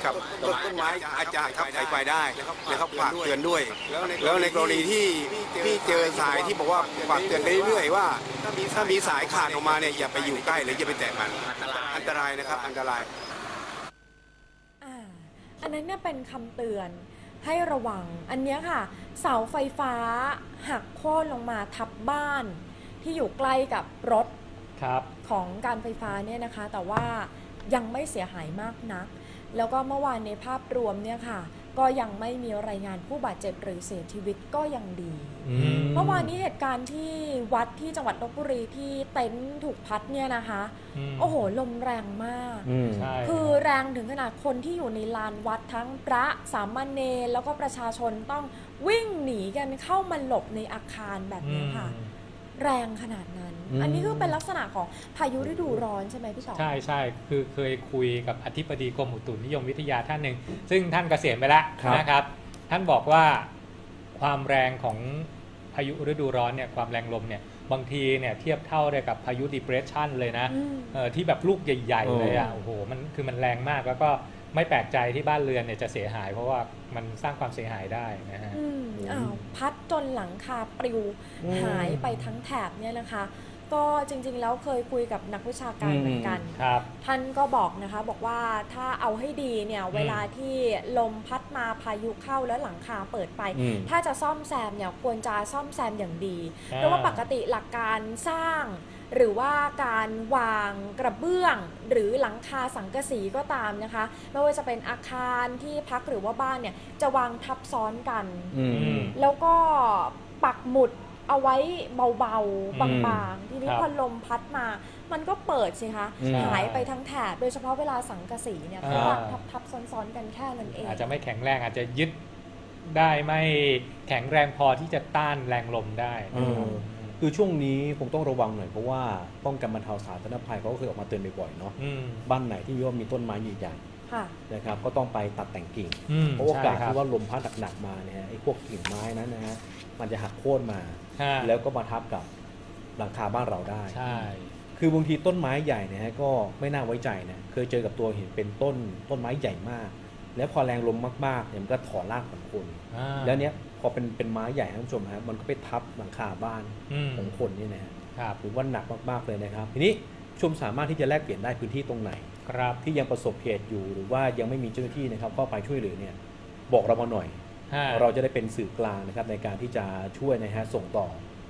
ครับต้นต้นไม้อาจจะทับสายไฟได้นะครับฝากเตือนด้วย แล้วในกรณีที่ที่เจอสายที่บอกว่าฝากเตือนไปเรื่อยๆว่า ถ้ามีสายขาดออกมาเนี่ยอย่าไปอยู่ใกล้หรืออย่าไปแตะมันอันตรายนะครับ อันตราย อ่าอันนั้นเนี่ยเป็นคำเตือนให้ระวัง อันเนี้ยค่ะ เสาไฟฟ้าหักโค่นลงมาทับบ้าน ที่อยู่ใกล้กับรถ ครับ ของการไฟฟ้าเนี่ยนะคะ แต่ว่ายังไม่เสียหายมากนัก แล้วก็เมื่อวานในภาพรวมเนี่ยค่ะ ก็ยังไม่มีรายงานผู้บาดเจ็บหรือเสียชีวิตก็ยังดี อืม เมื่อวานนี้เหตุการณ์ที่วัดที่จังหวัดลบบุรีที่เต็นท์ถูกพัดเนี่ยนะคะ ม โอ้โห ลมแรงมาก อืม ใช่ คือแรงถึงขนาดคนที่อยู่ในลานวัดทั้งพระสามเณรแล้วก็ประชาชนต้องวิ่งหนีกันเข้ามาหลบในอาคารแบบเนี้ยค่ะ แรงขนาดนั้น อืม อันนี้ก็เป็นลักษณะของพายุฤดูร้อนใช่ไหมพี่ต่อ ใช่ใช่คือเคยคุยกับอธิบดีกรมอุตุนิยมวิทยาท่านหนึ่ง ซึ่งท่านเกษียณไปแล้ว ครับ นะครับ ท่านบอกว่าความแรงของพายุฤดูร้อนเนี่ยความแรงลมเนี่ยบางทีเนี่ยเทียบเท่าเลยกับพายุ depression เลยนะ อืม เอ่อที่แบบลูกใหญ่ๆเลยอ่ะโอ้โหมันคือมันแรงมากแล้วก็ไม่แปลกใจที่บ้านเรือนเนี่ยจะเสียหาย เพราะว่ามันสร้างความเสียหายได้นะฮะ อืมอ้าวพัดจนหลังคาปลิว อืม หายไปทั้งแถบเนี่ยนะคะ ก็จริงๆแล้วเคยคุยกับนักวิชาการ อืม เหมือนกัน ครับ ท่านก็บอกนะคะบอกว่าถ้าเอาให้ดีเนี่ยเวลาที่ลมพัดมาพายุเข้าแล้วหลังคาเปิดไป อืม ถ้าจะซ่อมแซมเนี่ยควรจะซ่อมแซมอย่างดี อ่า เพราะว่าปกติหลักการสร้าง หรือว่าการวางกระเบื้อง หรือหลังคาสังกะสีก็ตามนะคะไม่ว่าจะเป็นอาคารที่พักหรือว่าบ้านเนี่ยจะวางทับซ้อนกัน อืม แล้วก็ปักหมุดเอาไว้เบาๆ บางๆ ทีนี้ ครับ พอลมพัดมา มันก็เปิดสิคะ อืม หายไปทั้งแถบโดยเฉพาะเวลาสังกะสีเนี่ยเขาวางทับๆซ้อนๆกันแค่นั้นเอง อาจจะไม่แข็งแรงอาจจะยึดได้ไม่แข็งแรงพอที่จะต้านแรงลมได้นะครับ อืม คือช่วงนี้คงต้องระวังหน่อยเพราะว่าป้องกันบรรเทาสาธารณภัยเขาก็เคยออกมาเตือนบ่อยๆเนาะ อืม บ้านไหนที่ว่ามีต้นไม้ใหญ่ ค่ะ ๆนะครับก็ต้องไปตัดแต่งกิ่ง อืม เพราะโอกาส ใช่ครับ ที่ว่าลมพัดหนักๆมาเนี่ยฮะไอ้พวกกิ่งไม้นั้นนะฮะมันจะหักโค่นมา ฮะ แล้วก็มาทับกับหลังคาบ้านเราได้ ใช่ คือบางทีต้นไม้ใหญ่เนะฮะก็ไม่น่าไว้ใจนะเคยเจอกับตัวเห็นเป็นต้นต้นไม้ใหญ่มาก แล้วพอแรงลมมากๆเนี่ยมันก็ถอนรากของคน อ่า แล้วเนี้ยพอเป็นเป็นไม้ใหญ่ท่านผู้ชมฮะมันก็ไปทับหลังคาบ้าน อืม ของคนเนี่ยนะฮะ ครับ ถือว่าหนักมากๆเลยนะครับ ทีนี้ชมสามารถที่จะแลกเปลี่ยนได้พื้นที่ตรงไหน ครับ ที่ยังประสบเหตุอยู่หรือว่ายังไม่มีเจ้าหน้าที่นะครับเข้าไปช่วยเหลือเนี่ยบอกเรามาหน่อย ฮะ เราจะได้เป็นสื่อกลางนะครับในการที่จะช่วยนะฮะส่งต่อ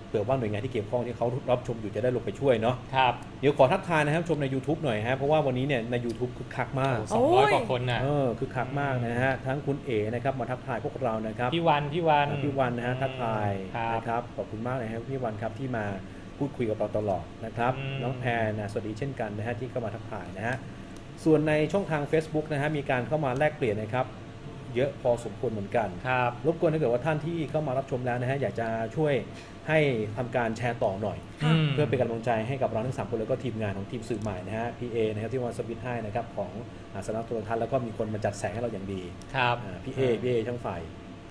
เผื่อว่าหน่วยงานที่เกี่ยวข้องที่เขารับชมอยู่จะได้ลงไปช่วยเนาะ ครับ เดี๋ยวขอทักทายนะครับชมใน YouTube หน่อยฮะเพราะว่าวันนี้เนี่ยใน YouTube คึกคักมาก สองร้อย โอ้ย กว่าคนนะ เออคึกคักมากนะฮะทั้งคุณเอ๋นะครับมาทักทายพวกเรานะครับ พี่วันพี่วัน พี่วันนะฮะทักทาย ครับ นะครับขอบคุณมากเลยครับพี่วันครับที่มาพูดคุยกับเราตลอดนะครับ อืม น้องแพรนะสวัสดีเช่นกันนะฮะที่เข้ามาทักทายนะฮะส่วนในช่องทาง Facebook นะฮะมีการเข้ามาแลกเปลี่ยนนะครับ เยอะพอสมควรเหมือนกัน ครับ รบกวนถ้าเกิดว่าท่านที่เข้ามารับชมแล้วนะฮะอยากจะช่วยให้ทำการแชร์ต่อหน่อย ค่ะ ม เพื่อเป็นกำลังใจให้กับเราทั้งสามคนแล้วก็ทีมงานของทีมสื่อใหม่นะฮะพีเอนะครับที่วันสวิตให้นะครับของอาสนักโทรทัศน์แล้วก็มีคนมาจัดแสงให้เราอย่างดี ครับ พีเอพีเอช่างไฟ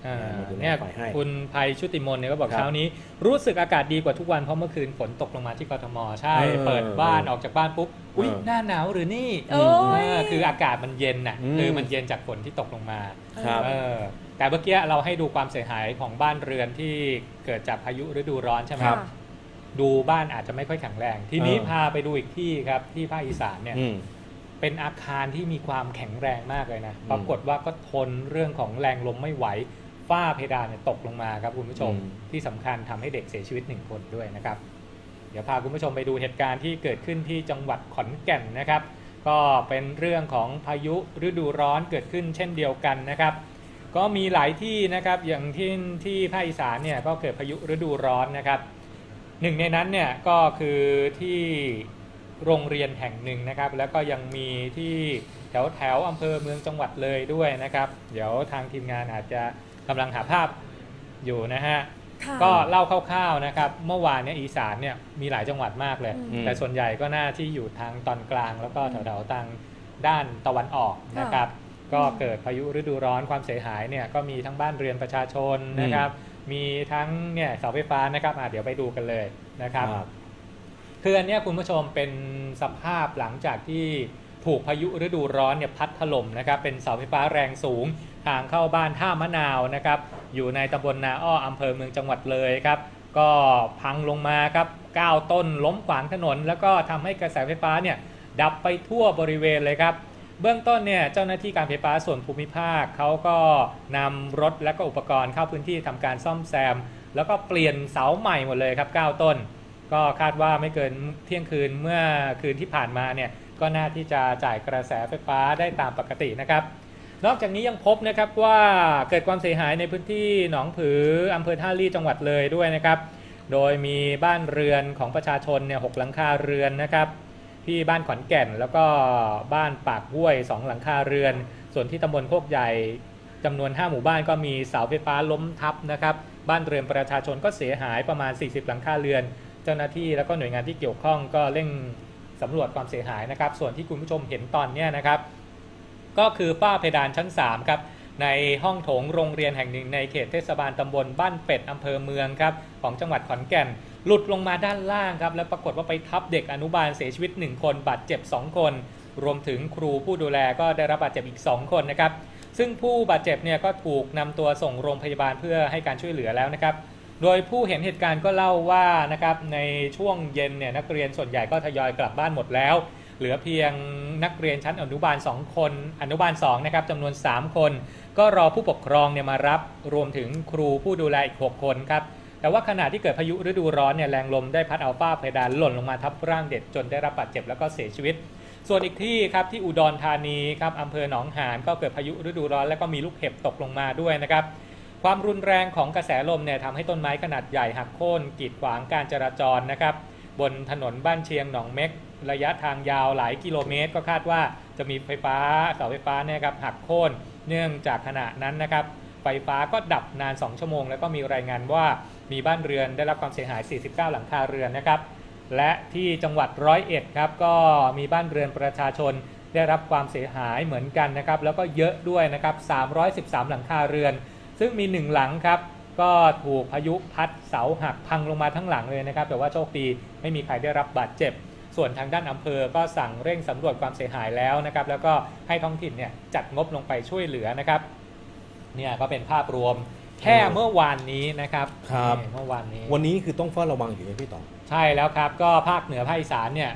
อ่า มาดูแล เนี่ย ฝ่ายให้ คุณภัยชุติมนเนี่ยก็บอก ครับ เช้านี้ รู้สึกอากาศดีกว่าทุกวันเพราะเมื่อคืนฝนตกลงมาที่กทมใช่ เออ เปิดบ้านออกจากบ้านปุ๊บอุ้ย เออ หน้าหนาวหรือนี่ โอ้ย เออคืออากาศมันเย็นน่ะ อืม คือมันเย็นจากฝนที่ตกลงมา ครับ เออแต่เมื่อกี้เราให้ดูความเสียหายของบ้านเรือนที่เกิดจากพายุฤดูร้อนใช่ไหม ค่ะ ดูบ้านอาจจะไม่ค่อยแข็งแรง ทีนี้ เออ พาไปดูอีกที่ครับที่ภาคอีสานเนี่ย อืม เป็นอาคารที่มีความแข็งแรงมากเลยนะ อืม ปรากฏว่าก็ทนเรื่องของแรงลมไม่ไหว ฝ้าเพดานเนี่ยตกลงมาครับคุณผู้ชม ที่สำคัญทำให้เด็กเสียชีวิตหนึ่งคนด้วยนะครับ เดี๋ยวพาคุณผู้ชมไปดูเหตุการณ์ที่เกิดขึ้นที่จังหวัดขอนแก่นนะครับ ก็เป็นเรื่องของพายุฤดูร้อนเกิดขึ้นเช่นเดียวกันนะครับ ก็มีหลายที่นะครับอย่างที่ที่ภาคอีสานเนี่ยก็เกิดพายุฤดูร้อนนะครับ หนึ่งในนั้นเนี่ยก็คือที่โรงเรียนแห่งหนึ่งนะครับ แล้วก็ยังมีที่แถวแถวๆอำเภอเมืองจังหวัดเลยด้วยนะครับ เดี๋ยวทางทีมงานอาจจะกำลังหาภาพอยู่นะฮะ ค่ะ ก็เล่าคร่าวๆนะครับ เมื่อวานเนี่ยอีสานเนี่ยมีหลายจังหวัดมากเลย อืม แต่ส่วนใหญ่ก็น่าที่อยู่ทางตอนกลางแล้วก็แถวๆทางด้านตะวันออกนะครับ ก็เกิดพายุฤดูร้อนความเสียหายเนี่ยก็มีทั้งบ้านเรือนประชาชนนะครับ มีทั้งเนี่ยเสาไฟฟ้านะครับอ่ะเดี๋ยวไปดูกันเลยนะครับ คืออันเนี้ยคุณผู้ชมเป็นสภาพหลังจากที่ถูกพายุฤดูร้อนเนี่ยพัดถล่มนะครับเป็นเสาไฟฟ้าแรงสูง ทางเข้าบ้านท่ามะนาวนะครับอยู่ในตำบลนาอ้ออำเภอเมืองจังหวัดเลยครับก็พังลงมาครับ9ต้นล้มขวางถนน แล้วก็ทำให้กระแสไฟฟ้าเนี่ยดับไปทั่วบริเวณเลยครับ เบื้องต้นเนี่ยเจ้าหน้าที่การไฟฟ้าส่วนภูมิภาคเขาก็นำรถและก็อุปกรณ์เข้าพื้นที่ทำการซ่อมแซม แล้วก็เปลี่ยนเสาใหม่หมดเลยครับ9ต้น ก็คาดว่าไม่เกินเที่ยงคืนเมื่อคืนที่ผ่านมาเนี่ยก็น่าที่จะจ่ายกระแสไฟฟ้าได้ตามปกตินะครับ นอกจากนี้ยังพบนะครับว่าเกิดความเสียหายในพื้นที่หนองผืออำเภอท่าลี่จังหวัดเลยด้วยนะครับ โดยมีบ้านเรือนของประชาชนเนี่ยหกหลังคาเรือนนะครับ ที่บ้านขอนแก่นแล้วก็บ้านปากห้วย 2 หลังคาเรือน ส่วนที่ตำบลโคกใหญ่จำนวน 5 หมู่บ้านก็มีเสาไฟฟ้าล้มทับนะครับ บ้านเรือนประชาชนก็เสียหายประมาณ 40 หลังคาเรือน เจ้าหน้าที่แล้วก็หน่วยงานที่เกี่ยวข้องก็เร่งสำรวจความเสียหายนะครับ ส่วนที่คุณผู้ชมเห็นตอนเนี้ยนะครับ ก็คือฝ้าเพดานชั้น 3 ครับ ในห้องโถงโรงเรียนแห่งหนึ่งในเขตเทศบาลตำบลบ้านเป็ดอำเภอเมืองครับของจังหวัดขอนแก่น หลุดลงมาด้านล่างครับ แล้วปรากฏว่าไปทับเด็กอนุบาลเสียชีวิต 1 คนบาดเจ็บ 2 คน รวมถึงครูผู้ดูแลก็ได้รับบาดเจ็บอีก 2 คนนะครับ ซึ่งผู้บาดเจ็บเนี่ยก็ถูกนำตัวส่งโรงพยาบาลเพื่อให้การช่วยเหลือแล้วนะครับ โดยผู้เห็นเหตุการณ์ก็เล่าว่านะครับในช่วงเย็นเนี่ยนักเรียนส่วนใหญ่ก็ทยอยกลับบ้านหมดแล้ว เหลือเพียงนักเรียนชั้นอนุบาล 2 คน อนุบาล2นะครับจำนวน 3 คน ก็รอผู้ปกครองเนี่ยมารับรวมถึงครูผู้ดูแลอีก 6 คนครับ แต่ว่าขณะที่เกิดพายุฤดูร้อนเนี่ยแรงลมได้พัดเอาฝ้าเพดานหล่นลงมาทับร่างเด็กจนได้รับบาดเจ็บแล้วก็เสียชีวิต ส่วนอีกที่ครับที่อุดรธานีครับอำเภอหนองหานก็เกิดพายุฤดูร้อนแล้วก็มีลูกเห็บตกลงมาด้วยนะครับ ความรุนแรงของกระแสลมเนี่ยทำให้ต้นไม้ขนาดใหญ่หักโค่นกีดขวางการจราจรนะครับ บนถนนบ้านเชียงหนองเม็ก ระยะทางยาวหลายกิโลเมตร ก็คาดว่าจะมีไฟฟ้าเสาไฟฟ้าเนี่ยครับหักโค่นเนื่องจากขณะนั้นนะครับ ไฟฟ้าก็ดับนาน 2 ชั่วโมง แล้วก็มีรายงานว่ามีบ้านเรือนได้รับความเสียหาย 49 หลังคาเรือนนะครับ และที่จังหวัดร้อยเอ็ดครับก็มีบ้านเรือนประชาชนได้รับความเสียหายเหมือนกันนะครับ แล้วก็เยอะด้วยนะครับ 313 หลังคาเรือน ซึ่งมีหนึ่งหลังครับ ก็ถูกพายุพัดเสาหักพังลงมาทั้งหลังเลยนะครับ แต่ว่าโชคดีไม่มีใครได้รับบาดเจ็บ ส่วนทางด้านอำเภอก็สั่งเร่งสำรวจความเสียหายแล้วนะครับ แล้วก็ให้ท้องถิ่นเนี่ยจัดงบลงไปช่วยเหลือนะครับ เนี่ยก็เป็นภาพรวมแค่เมื่อวานนี้นะครับ ครับ นี่เมื่อวานนี้ วันนี้คือต้องเฝ้าระวังอยู่ไหมพี่ต่อ ใช่แล้วครับ ก็ภาคเหนือภาคอีสานเนี่ย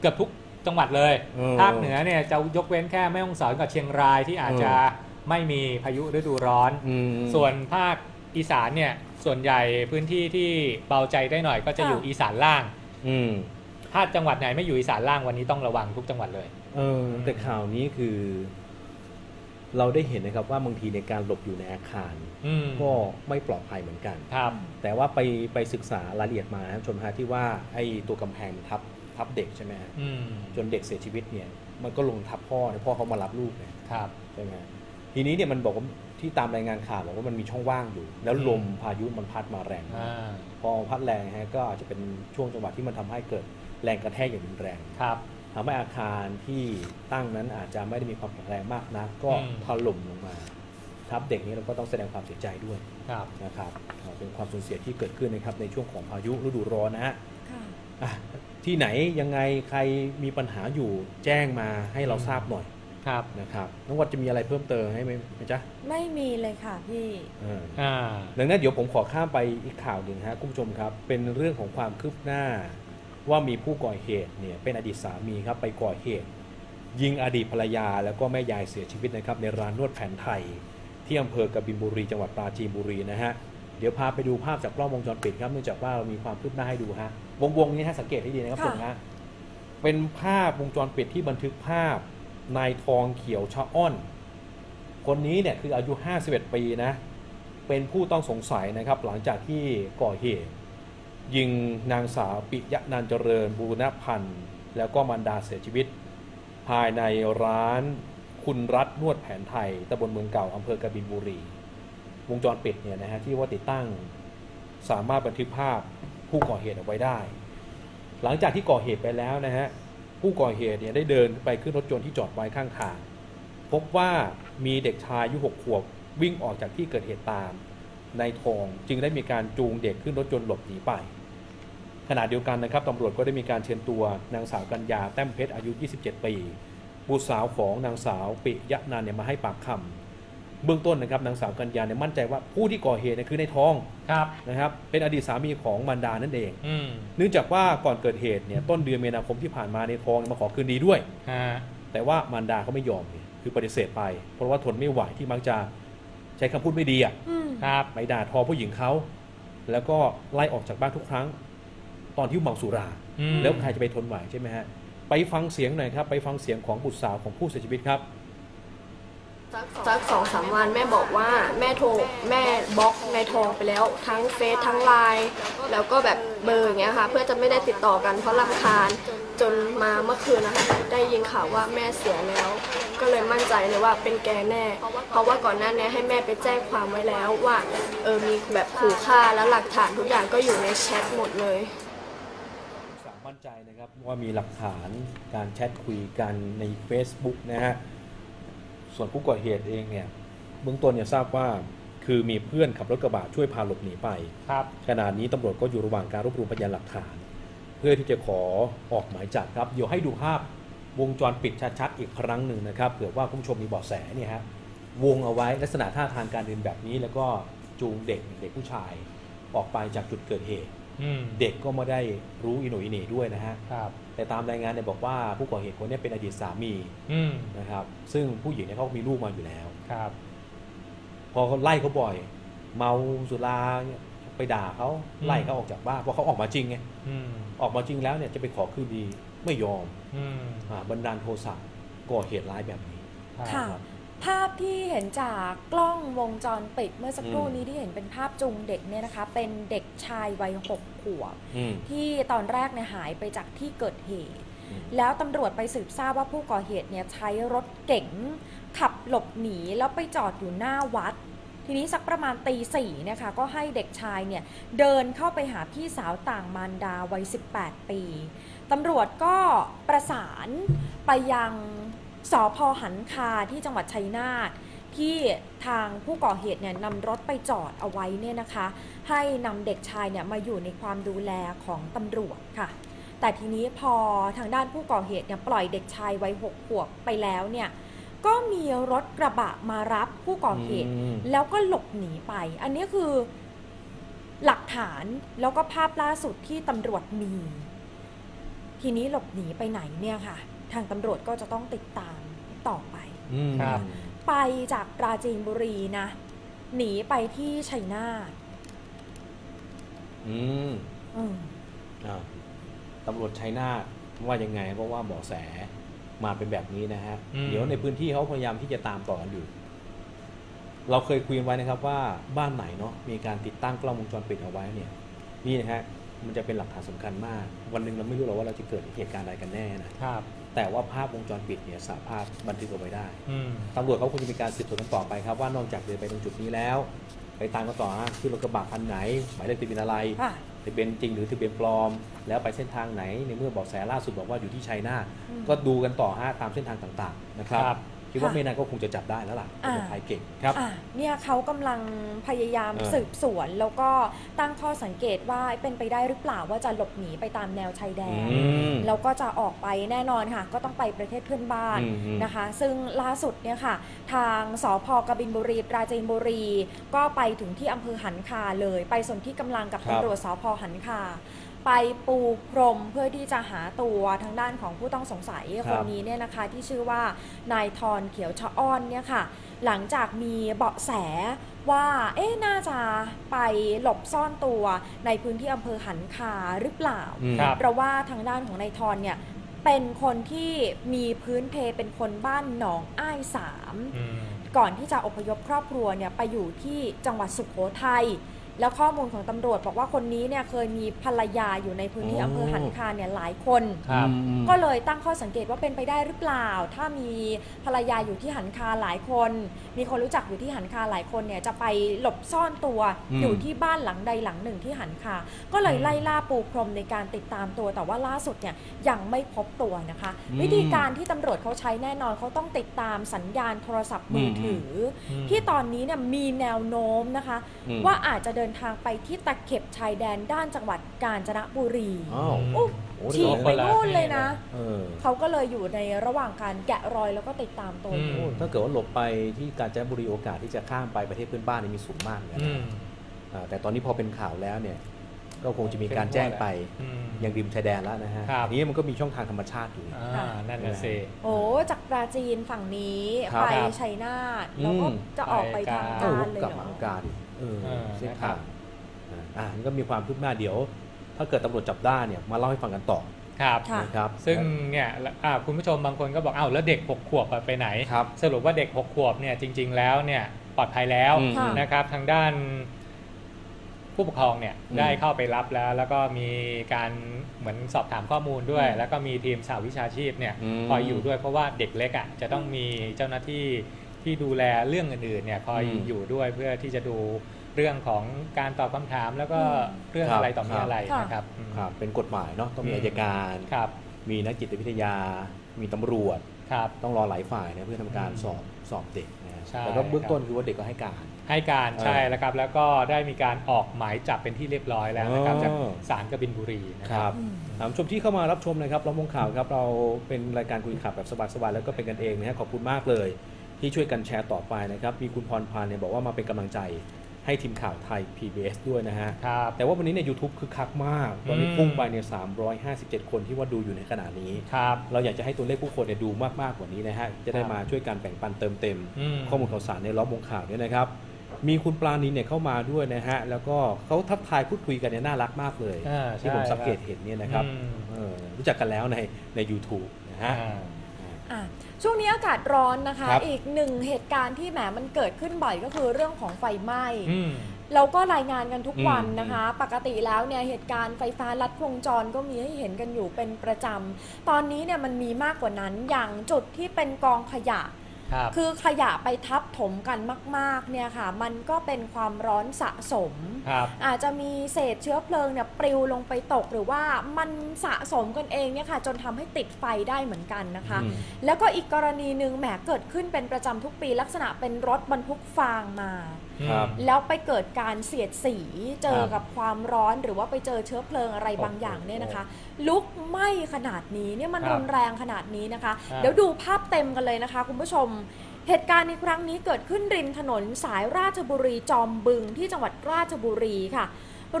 เกือบทุกจังหวัดเลย เออ ภาคเหนือเนี่ยจะยกเว้นแค่แม่ฮ่องสอนกับเชียงรายที่อาจจะ เอ ไม่มีพายุฤดูร้อน อืม ส่วนภาคอีสานเนี่ยส่วนใหญ่พื้นที่ที่เบาใจได้หน่อยก็จะอยู่ ค่ะ อีสานล่าง อืม ถ้าจังหวัดไหนไม่อยู่อีสานล่างวันนี้ต้องระวังทุกจังหวัดเลย เออแต่ข่าวนี้คือ เราได้เห็นนะครับว่าบางทีในการหลบอยู่ในอาคาร อืม ก็ไม่ปลอดภัยเหมือนกัน ครับ แต่ว่าไปไปศึกษารายละเอียดมานะครับชมฮะที่ว่าไอ้ตัวกำแพงมันทับทับเด็กใช่ไหมฮะ อืม จนเด็กเสียชีวิตเนี่ย มันก็ลงทับพ่อเนี่ยพ่อเขามารับลูกเนี่ย ครับ ใช่ไหมฮะทีนี้เนี่ยมันบอกว่า ที่ตามรายงานข่าวบอกว่ามันมีช่องว่างอยู่ แล้วลมพายุมันพัดมาแรง อ่ มาก า พอพัดแรงฮะก็อาจจะเป็นช่วงจังหวะที่มันทำให้เกิดแรงกระแทกอย่างรุนแรง ครับ ทำให้อาคารที่ตั้งนั้นอาจจะไม่ได้มีความแข็งแรงมากนักก็ อืม ถล่มลงมา ทับเด็กนี้เราก็ต้องแสดงความเสียใจด้วย ครับ นะครับอ่าเป็นความสูญเสียที่เกิดขึ้นนะครับในช่วงของพายุฤดูร้อนนะฮะ ค่ะ อ่ะที่ไหนยังไงใครมีปัญหาอยู่แจ้งมาให้เราทราบหน่อย ครับ นะครับน้องวัดจะมีอะไรเพิ่มเติมให้ไหมไหมจ๊ะ ไม่มีเลยค่ะพี่ เออ อ่า ดังนั้นเดี๋ยวผมขอข้ามไปอีกข่าวหนึ่งฮะคุณผู้ชมครับ เป็นเรื่องของความคืบหน้า ว่ามีผู้ก่อเหตุเนี่ยเป็นอดีตสามีครับไปก่อเหตุ ยิงอดีตภรรยาแล้วก็แม่ยายเสียชีวิตนะครับในร้านนวดแผนไทย ที่อำเภอกบินบุรีจังหวัดปราจีนบุรีนะฮะเดี๋ยวพาไปดูภาพจากกล้องวงจรปิดครับเนื่องจากว่าเรามีความคืบหน้าให้ดูฮะวงวงๆนี้ฮะสังเกตให้ดีนะครับ ค่ะ ผมฮะเป็นภาพวงจรปิดที่บันทึกภาพนายทองเขียวชะอ้อน คนนี้เนี่ยคืออายุ 51 ปีนะเป็นผู้ต้องสงสัยนะครับหลังจากที่ก่อเหตุ ยิงนางสาวปิยะนันเจริญบูรณพันธ์แล้วก็มันดาเสียชีวิต ภายในร้านคุณรัฐนวดแผนไทยตำบลเมืองเก่าอำเภอกบินบุรี วงจรปิดเนี่ยนะฮะที่ว่าติดตั้งสามารถบันทึกภาพผู้ก่อเหตุเอาไว้ได้ หลังจากที่ก่อเหตุไปแล้วนะฮะผู้ก่อเหตุเนี่ยได้เดินไปขึ้นรถยนต์ที่จอดไว้ข้างทาง พบว่ามีเด็กชายอายุหกขวบวิ่งออกจากที่เกิดเหตุตาม ในายทองจึงได้มีการจูงเด็กขึ้นรถยนต์หลบหนีไป ขณะเดียวกันนะครับตำรวจก็ได้มีการเชิญตัวนางสาวกัญญาแต้มเพชรอายุ 27 ปีบุตรสาวของนางสาวปิยะนันเนี่ยมาให้ปากคำเบื้องต้นนะครับนางสาวกัญญาเนี่ยมั่นใจว่าผู้ที่ก่อเหตุเนี่ยคือในายทอง ครับ นะครับเป็นอดีตสามีของมันดานั่นเอง อืม เนื่องจากว่าก่อนเกิดเหตุเนี่ยต้นเดือนมีนาคมที่ผ่านมาในายทองเนี่ยมาขอคืนดีด้วย ฮะ แต่ว่ามันดาเขาไม่ยอมเนี่ยคือปฏิเสธไป เพราะว่าทนไม่ไหวที่มักจะใช้คำพูดไม่ดีอ่ะ อืม ครับ ไปด่าทอผู้หญิงเขา แล้วก็ไล่ออกจากบ้านทุกครั้ง ตอนที่เมาสุรา อืม แล้วใครจะไปทนไหวใช่ไหมฮะ ไปฟังเสียงหน่อยครับ ไปฟังเสียงของบุตรสาวของผู้เสียชีวิตครับ สักสักสองสามวันแม่บอกว่าแม่โทรแม่บล็อกในทองไปแล้ว ทั้งเฟซทั้งไลน์แล้วก็แบบเบอร์อย่างเงี้ยค่ะ เพื่อจะไม่ได้ติดต่อกันเพราะรำคาญจนมาเมื่อคืนนะคะ ได้ยินข่าวว่าแม่เสียแล้ว ก็เลยมั่นใจเลยว่าเป็นแกแน่ เพราะว่าก่อนหน้านี้ให้แม่ไปแจ้งความไว้แล้วว่าเออมีแบบขู่ฆ่าแล้วหลักฐานทุกอย่างก็อยู่ในแชทหมดเลย สาวมั่นใจนะครับว่ามีหลักฐานการแชทคุยกันใน Facebook นะฮะ ส่วนผู้ก่อเหตุเองเนี่ยเบื้องต้นเนี่ยทราบว่าคือมีเพื่อนขับรถกระบะช่วยพาหลบหนีไป ครับ ขณะนี้ตำรวจก็อยู่ระหว่างการรวบรวมพยานหลักฐาน เพื่อที่จะขอออกหมายจับครับ เดี๋ยวให้ดูภาพวงจรปิดชัดๆอีกครั้งหนึ่งนะครับเผื่อว่าคุณผู้ชมมีเบาะแสเนี่ยฮะวงเอาไว้ลักษณะท่าทางการเดินแบบนี้ แล้วก็จูงเด็กเด็กผู้ชาย ออกไปจากจุดเกิดเหตุ อืม เด็กก็ไม่ได้รู้อิโหนอิเหน่ด้วยนะฮะ ครับ แต่ตามรายงานเนี่ยบอกว่าผู้ก่อเหตุคนเนี้เป็นอดีตสามี อืม นะครับซึ่งผู้หญิงเนี่ยเขามีลูกมาอยู่แล้ว ครับ พอเขาไล่เขาบ่อย เมาสุราเนี่ยไปด่าเขา อืม ไล่เขาออกจากบ้านเพราะเขาออกมาจริงไง อืม ออกมาจริงแล้วเนี่ยจะไปขอคืนดีไม่ยอม อืม อาบันดาลโทสะก่อเหตุร้ายแบบนี้ ครับ ค่ะ ครับ ภาพที่เห็นจากกล้องวงจรปิดเมื่อสักครู่ อืม นี้ที่เห็นเป็นภาพจูงเด็กเนี่ยนะคะ เป็นเด็กชายวัยหกขวบ อืม ที่ตอนแรกเนี่ยหายไปจากที่เกิดเหตุ อืม แล้วตำรวจไปสืบทราบว่าผู้ก่อเหตุเนี่ยใช้รถเก๋งขับหลบหนีแล้วไปจอดอยู่หน้าวัด ทีนี้สักประมาณตีสี่เนี่ยค่ะก็ให้เด็กชายเนี่ยเดินเข้าไปหาพี่สาวต่างมารดาวัย 18 ปี ตำรวจก็ประสานไปยังสอพหันคาที่จังหวัดชัยนาท ที่ทางผู้ก่อเหตุเนี่ยนำรถไปจอดเอาไว้เนี่ยนะคะ ให้นำเด็กชายเนี่ยมาอยู่ในความดูแลของตำรวจค่ะ แต่ทีนี้พอทางด้านผู้ก่อเหตุเนี่ยปล่อยเด็กชายวัยหกขวบไปแล้วเนี่ยก็มีรถกระบะมารับผู้ก่อเหตุ อืม แล้วก็หลบหนีไป อันนี้คือหลักฐานแล้วก็ภาพล่าสุดที่ตำรวจมี ทีนี้หลบหนีไปไหนเนี่ยค่ะ ทางตำรวจก็จะต้องติดตามต่อไป อืม ครับ ไปจากปราจีนบุรีนะ หนีไปที่ชัยนาท อืม อืม อ่าตำรวจชัยนาทว่ายังไงเพราะว่าเบาะแสมาเป็นแบบนี้นะฮะ อืม เดี๋ยวในพื้นที่เขาพยายามที่จะตามต่อกันอยู่ เราเคยคุยกันไว้นะครับว่าบ้านไหนเนาะมีการติดตั้งกล้องวงจรปิดเอาไว้เนี่ย นี่นะฮะมันจะเป็นหลักฐานสำคัญมาก วันหนึ่งเราไม่รู้หรอกว่าเราจะเกิดเหตุการณ์อะไรกันแน่นะ ครับ แต่ว่าภาพวงจรปิดเนี่ยสามารถบันทึกเอาไว้ได้ อืม ตำรวจเขาคงจะมีการสืบสวนกันต่อไปครับว่านอกจากเดินไปตรงจุดนี้แล้ว ไปตามกันต่อฮะขึ้นรถกระบะคันไหน หมายเลขทะเบียนอะไร ค่ะ ทะเบียนจริงหรือทะเบียนปลอม แล้วไปเส้นทางไหนในเมื่อเบอกแสล่าสุดบอกว่าอยู่ที่ชัยนาท อืม ก็ดูกันต่อฮะตามเส้นทางต่างๆนะครับ ครับ คิดว่า ค่ะ ไม่นานก็คงจะจับได้แล้วล่ะ อ่า คนไทยเก่งครับ อ่ะเนี่ยเขากำลังพยายาม เออ สืบสวน แล้วก็ตั้งข้อสังเกตว่าเป็นไปได้หรือเปล่าว่าจะหลบหนีไปตามแนวชายแด อื น ม แล้วก็จะออกไปแน่นอนค่ะ ก็ต้องไปประเทศเพื่อนบ้าน อืมอืม นะคะ ซึ่งล่าสุดเนี่ยค่ะ ทางสอพกบินบุรีปราจีนบุรี ก็ไปถึงที่อำเภอหันคาเลย ไปสนที่กำลังกับ ครับ ตำรวจสอพหันคา ไปปูพรมเพื่อที่จะหาตัวทางด้านของผู้ต้องสงสัยคนนี้เนี่ยนะคะ ที่ชื่อว่านายทรเขียวชะอ้อนเนี่ยค่ะ หลังจากมีเบาะแสว่า เอ๊ะน่าจะไปหลบซ่อนตัวในพื้นที่อำเภอหันคาหรือเปล่า อืม ครับ เพราะว่าทางด้านของนายทรเนี่ย เป็นคนที่มีพื้นเพเป็นคนบ้านหนองอ้ายสาม อืม ก่อนที่จะอพยพครอบครัวเนี่ยไปอยู่ที่จังหวัดสุขโขทัยแล้วข้อมูลของตำรวจบอกว่าคนนี้เนี่ยเคยมีภรรยาอยู่ในพื้นที่ อ๋อ อำเภอหันคาเนี่ยหลายคน ครับ อืม ก็เลยตั้งข้อสังเกตว่าเป็นไปได้หรือเปล่า ถ้ามีภรรยาอยู่ที่หันคาหลายคน มีคนรู้จักอยู่ที่หันคาหลายคนเนี่ยจะไปหลบซ่อนตัว อืม อยู่ที่บ้านหลังใดหลังหนึ่งที่หันคา ก็เลยไล่ล่าปูพรมในการติดตามตัว แต่ว่าล่าสุดเนี่ยยังไม่พบตัวนะคะ วิธีการที่ตำรวจเขาใช้แน่นอนเขาต้องติดตามสัญญาณโทรศัพท์มือถืออ ม ที่ตอนนี้เนี่ยมีแนวโน้มนะคะ อืม ว่าอาจจะเดินทางไปที่ตะเข็บชายแดนด้านจังหวัดกาญจนบุรี อ้าว อุ๊ย โอ้โห ฉีกไปนู่นเลยนะ เออ เขาก็เลยอยู่ในระหว่างการแกะรอยแล้วก็ติดตามตัวอ อื ยู่ ม ถ้าเกิดว่าหลบไปที่กาญจนบุรีโอกาสที่จะข้ามไปประเทศเพื่อนบ้านนี่มีสูงมากเลยนะ อืม อ่าแต่ตอนนี้พอเป็นข่าวแล้วเนี่ยก็คงจะมีการแจ้งไป อืม ยังริมชายแดนแล้วนะฮะ ครับ ทีนี้มันก็มีช่องทางธรรมชาติอยู่ อ่า นั่นน่ะสิ โอ้จากปราจีนฝั่งนี้ ครับ ไป ครับ ชัยนาทแล้วก็ อืม จะออกไปทาง ไป เอ้าก าญเลย กลับ เหร มา อ อากาศเออ เออ เส้น นะครั ทาง บ อ่าอ่ะนี่ก็มีความคืบหน้าเดี๋ยว ถ้าเกิดตำรวจจับได้เนี่ยมาเล่าให้ฟังกันต่อ ครับ ค่ะ นะครับ ซึ่งเนี่ยละอ่าคุณผู้ชมบางคนก็บอกอ้าวแล้วเด็ก 6 ขวบอะไปไหน ครับ สรุปว่าเด็ก 6 ขวบเนี่ยจริง ๆ แล้วเนี่ยปลอดภัยแล้ว อืมค่ะ นะครับ ทางด้านผู้ปกครองเนี่ย อืม ได้เข้าไปรับแล้ว แล้วก็มีการเหมือนสอบถามข้อมูลด้วย อืม แล้วก็มีทีมสาววิชาชีพเนี่ย อืม คอยอยู่ด้วยเพราะว่าเด็กเล็กอะ่ะจะต้องมีเจ้าหน้าที่ที่ดูแลเรื่องอื่นๆเนี่ยคอย อืม อยู่ด้วยเพื่อที่จะดูเรื่องของการตอบคำถาม แล้วก็ อืม เรื่อง ครับ อะไรต่อมีอะไรนะครับอืม ครับเป็นกฎหมายเนาะต้องมี อืม อายการ ครับ มีนักจิตวิทยา มีตำรวจ ครับ ต้องรอหลายฝ่ายนะเพื่อทำการ อืม สอบสอบเด็กนะฮะ ใช่ แต่ก็เบื้อง ครับ ต้นคือว่าเด็กก็ให้การ ให้การใช่ เออ แล้วครับ แล้วก็ได้มีการออกหมายจับเป็นที่เรียบร้อยแล้วนะครับ อ๋อ จากศาลกบินบุรีนะ ค ค รั รับ บ อืม ถามชมที่เข้ามารับชมนะครับรับวงข่าวครับเราเป็นรายการคุยข่าวแบบสบายๆแล้วก็เป็นกันเองนะฮะขอบคุณมากเลย ที่ช่วยกันแชร์ต่อไปนะครับ มีคุณพรพันธ์เนี่ยบอกว่ามาเป็นกำลังใจให้ทีมข่าวไทย PBS ด้วยนะฮะ ครับ แต่ว่าวันนี้เนี่ยยูทูบคือคักมากตอนนี้ อืม พุ่งไปเนี่ย357 คนที่ว่าดูอยู่ในขณะนี้ ครับ เราอยากจะให้ตัวเลขผู้คนเนี่ยดูมากๆกว่านี้นะฮะจะได้มาช่วยกันแบ่งปันเติมเต็ม อืม ข้อมูลข่าวสารในล้อมวงข่าวเนี่ยนะครับ มีคุณปลาณีเนี่ยเข้ามาด้วยนะฮะแล้วก็เขาทักทายพูดคุยกันเนี่ยน่ารักมากเลย อ่าใช่ ที่ผมสังเกตเห็นเนี่ยนะครับ อืม เออรู้จักกันแล้วในใน u t u b e นะฮะ อ่า อ่ะช่วงนี้อากาศร้อนนะคะ ครับ อีกหนึ่งเหตุการณ์ที่แหมมันเกิดขึ้นบ่อยก็คือเรื่องของไฟไหม้ อืม เราก็รายงานกันทุกวัน อืม นะคะ ปกติแล้วเนี่ยเหตุการณ์ไฟฟ้าลัดวงจรก็มีให้เห็นกันอยู่เป็นประจำ ตอนนี้เนี่ยมันมีมากกว่านั้น อย่างจุดที่เป็นกองขยะ ครับ คือขยะไปทับถมกันมากๆเนี่ยค่ะ มันก็เป็นความร้อนสะสม ครับ อาจจะมีเศษเชื้อเพลิงเนี่ยปลิวลงไปตกหรือว่ามันสะสมกันเองเนี่ยค่ะจนทำให้ติดไฟได้เหมือนกันนะคะ อืม แล้วก็อีกกรณีหนึ่งแหมเกิดขึ้นเป็นประจำทุกปีลักษณะเป็นรถบรรทุกฟางมา ครับ แล้วไปเกิดการเสียดสีเจอกับความร้อนหรือว่าไปเจอเชื้อเพลิงอะไรบางอย่างเนี่ยนะคะ ลุกไหม้ขนาดนี้เนี่ยมัน ครับ รุนแรงขนาดนี้นะคะ ครับ เดี๋ยวดูภาพเต็มกันเลยนะคะ คุณผู้ชม เหตุการณ์ในครั้งนี้เกิดขึ้นริมถนนสายราชบุรีจอมบึงที่จังหวัดราชบุรีค่ะ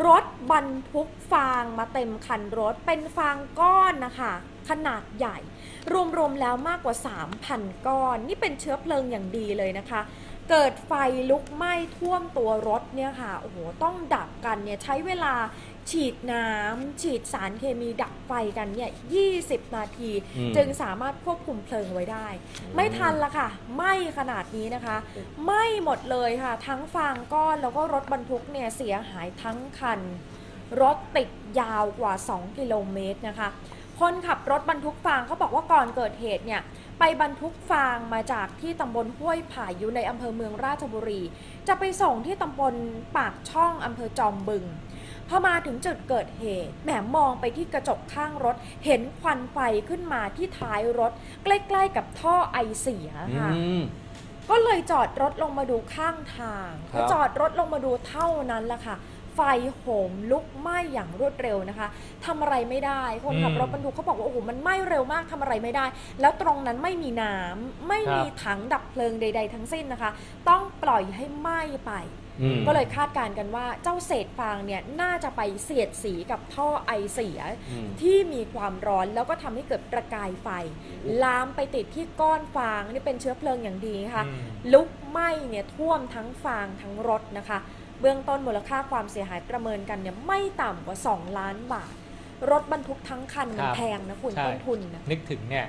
รถบรรทุกฟางมาเต็มคันรถเป็นฟางก้อนนะคะ ขนาดใหญ่ รวมๆแล้วมากกว่า 3,000 ก้อน นี่เป็นเชื้อเพลิงอย่างดีเลยนะคะ เกิดไฟลุกไหม้ท่วมตัวรถเนี่ยค่ะโอ้โหต้องดับกันเนี่ยใช้เวลาฉีดน้ำฉีดสารเคมีดับไฟกันเนี่ย20 นาที อืม จึงสามารถควบคุมเพลิงไว้ได้ ไม่ทันละค่ะไหม้ขนาดนี้นะคะไหม้หมดเลยค่ะ ทั้งฟางก้อนแล้วก็รถบรรทุกเนี่ยเสียหายทั้งคัน รถติดยาวกว่า 2 กิโลเมตรนะคะ คนขับรถบรรทุกฟางเขาบอกว่าก่อนเกิดเหตุเนี่ยไปบรรทุกฟางมาจากที่ตำบลห้วยผาอยู่ในอำเภอเมืองราชบุรี จะไปส่งที่ตำบลปากช่องอำเภอจอมบึง พอมาถึงจุดเกิดเหตุแหมมองไปที่กระจกข้างรถ เห็นควันไฟขึ้นมาที่ท้ายรถ ใกล้ ๆ กับท่อไอเสีย อื ค่ะ ม ก็เลยจอดรถลงมาดูข้างทาง ครั พ บ อจอดรถลงมาดูเท่านั้นแหละค่ะ ไฟโหมลุกไหม้อย่างรวดเร็วนะคะทำอะไรไม่ได้ คนขับ อืม รถบรรทุกเขาบอกว่าโอ้โหมันไหม้เร็วมากทำอะไรไม่ได้ แล้วตรงนั้นไม่มีน้ำไม่มี ครับ ถังดับเพลิงใด ๆ ทั้งสิ้นนะคะ ต้องปล่อยให้ไหม้ไป อืม ก็เลยคาดการณ์กันว่าเจ้าเศษฟางเนี่ยน่าจะไปเสียดสีกับท่อไอเสีย อืม ที่มีความร้อนแล้วก็ทำให้เกิดประกายไฟ ลามไปติดที่ก้อนฟางนี่เป็นเชื้อเพลิงอย่างดีนะคะ อืม ลุกไหม้เนี่ยท่วมทั้งฟางทั้งรถนะคะ เบื้องต้นมูลค่าความเสียหายประเมินกันเนี่ยไม่ต่ำกว่า 2 ล้านบาท รถบรรทุกทั้งคันมั คน รับ แพงนะคุณ ใช่ ต้นทุนนะ นึกถึงเนี่ย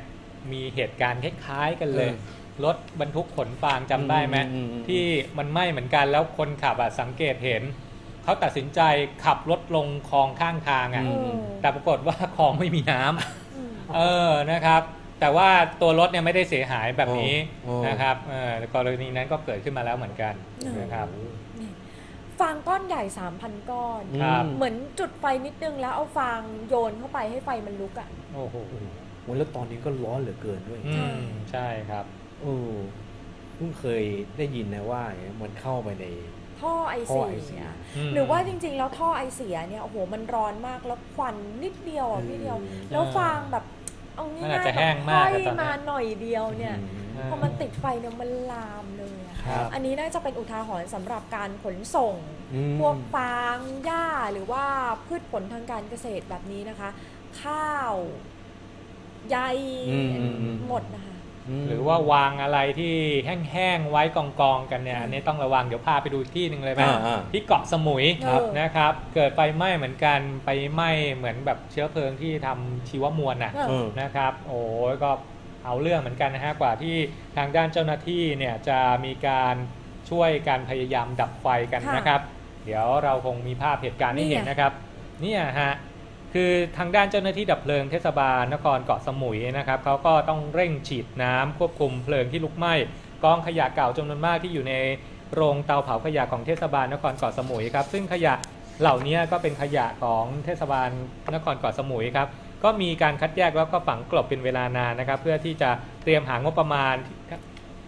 มีเหตุการณ์คล้ายๆกันเลย เออ รถบรรทุกขนฟางจำได้ไหม อืมอืมอืม ที่มันไหม้เหมือนกันแล้วคนขับอ่ะสังเกตเห็น เขาตัดสินใจขับรถลงคลองข้างทางอ่ะ อืม แต่ปรากฏว่าคลองไม่มีน้ำ อืม เออ นะครับ แต่ว่าตัวรถเนี่ยไม่ได้เสียหายแบบนี้ โอ้โอ้ นะครับ เออแต่กรณีนั้นก็เกิดขึ้นมาแล้วเหมือนกัน อืม นะครับ ฟางก้อนใหญ่ 3,000 ก้อน ครับ เหมือนจุดไฟนิดนึงแล้วเอาฟางโยนเข้าไปให้ไฟมันลุกอะ่ะ โอ้โห โอ้ยแล้วตอนนี้ก็ร้อนเหลือเกินด้วย อืม ใช่ครับ โอ้เพิ่งเคยได้ยินนะว่าเนี่ยมันเข้าไปใน ท่อไอ ท่อไอเสี เสี ย ย อืม หรือว่าจริงๆ แล้วท่อไอเสียเนี่ยโอ้โหมันร้อนมากแล้วควันนิดเดียวอ่ะพี่เดียว อืม แล้วฟางแบบเอาง่าย มันอาจ ๆ จะแห้ง แบบ มากอะ ห้อย ตอนเนี้ย มาหน่อยเดียวเนี่ย อืม พอมันติดไฟเนี่ยมันลามเลยอะ ครับ อันนี้น่าจะเป็นอุทาหรณ์สำหรับการขนส่ง พวกฟางหญ้าหรือว่าพืชผลทางการเกษตรแบบนี้นะคะ ข้าวใย อืมอืมอืม หมดนะคะ ม หรือว่าวางอะไรที่แห้งๆ ไว้กองๆ กันเนี่ย อันนี้ต้องระวัง เดี๋ยวพาไปดูที่หนึ่งเลยไหม อ่าอ่า ที่เกาะสมุย ครับ นะครับ เกิดไฟไหม้เหมือนกัน ไปไหม้เหมือนแบบเชื้อเพลิงที่ทำชีวมวลน่ะ เออ เออ นะครับโอ้ยก็เอาเรื่องเหมือนกันนะฮะกว่าที่ทางด้านเจ้าหน้าที่เนี่ยจะมีการช่วยการพยายามดับไฟกัน ค่ะ นะครับ เดี๋ยวเราคงมีภาพเหตุการณ์ให้ นี่ไง เห็นนะครับเนี่ยฮะคือทางด้านเจ้าหน้าที่ดับเพลิงเทศบาลนครเกาะสมุยนะครับเขาก็ต้องเร่งฉีดน้ำควบคุมเพลิงที่ลุกไหม้กองขยะเก่าจำนวนมากที่อยู่ในโรงเตาเผาขยะของเทศบาลนครเกาะสมุยครับซึ่งขยะ เหล่านี้ก็เป็นขยะของเทศบาลนครเกาะสมุยครับ ก็มีการคัดแยกแล้วก็ฝังกลบเป็นเวลานานนะครับ เพื่อที่จะเตรียมหางบประมาณ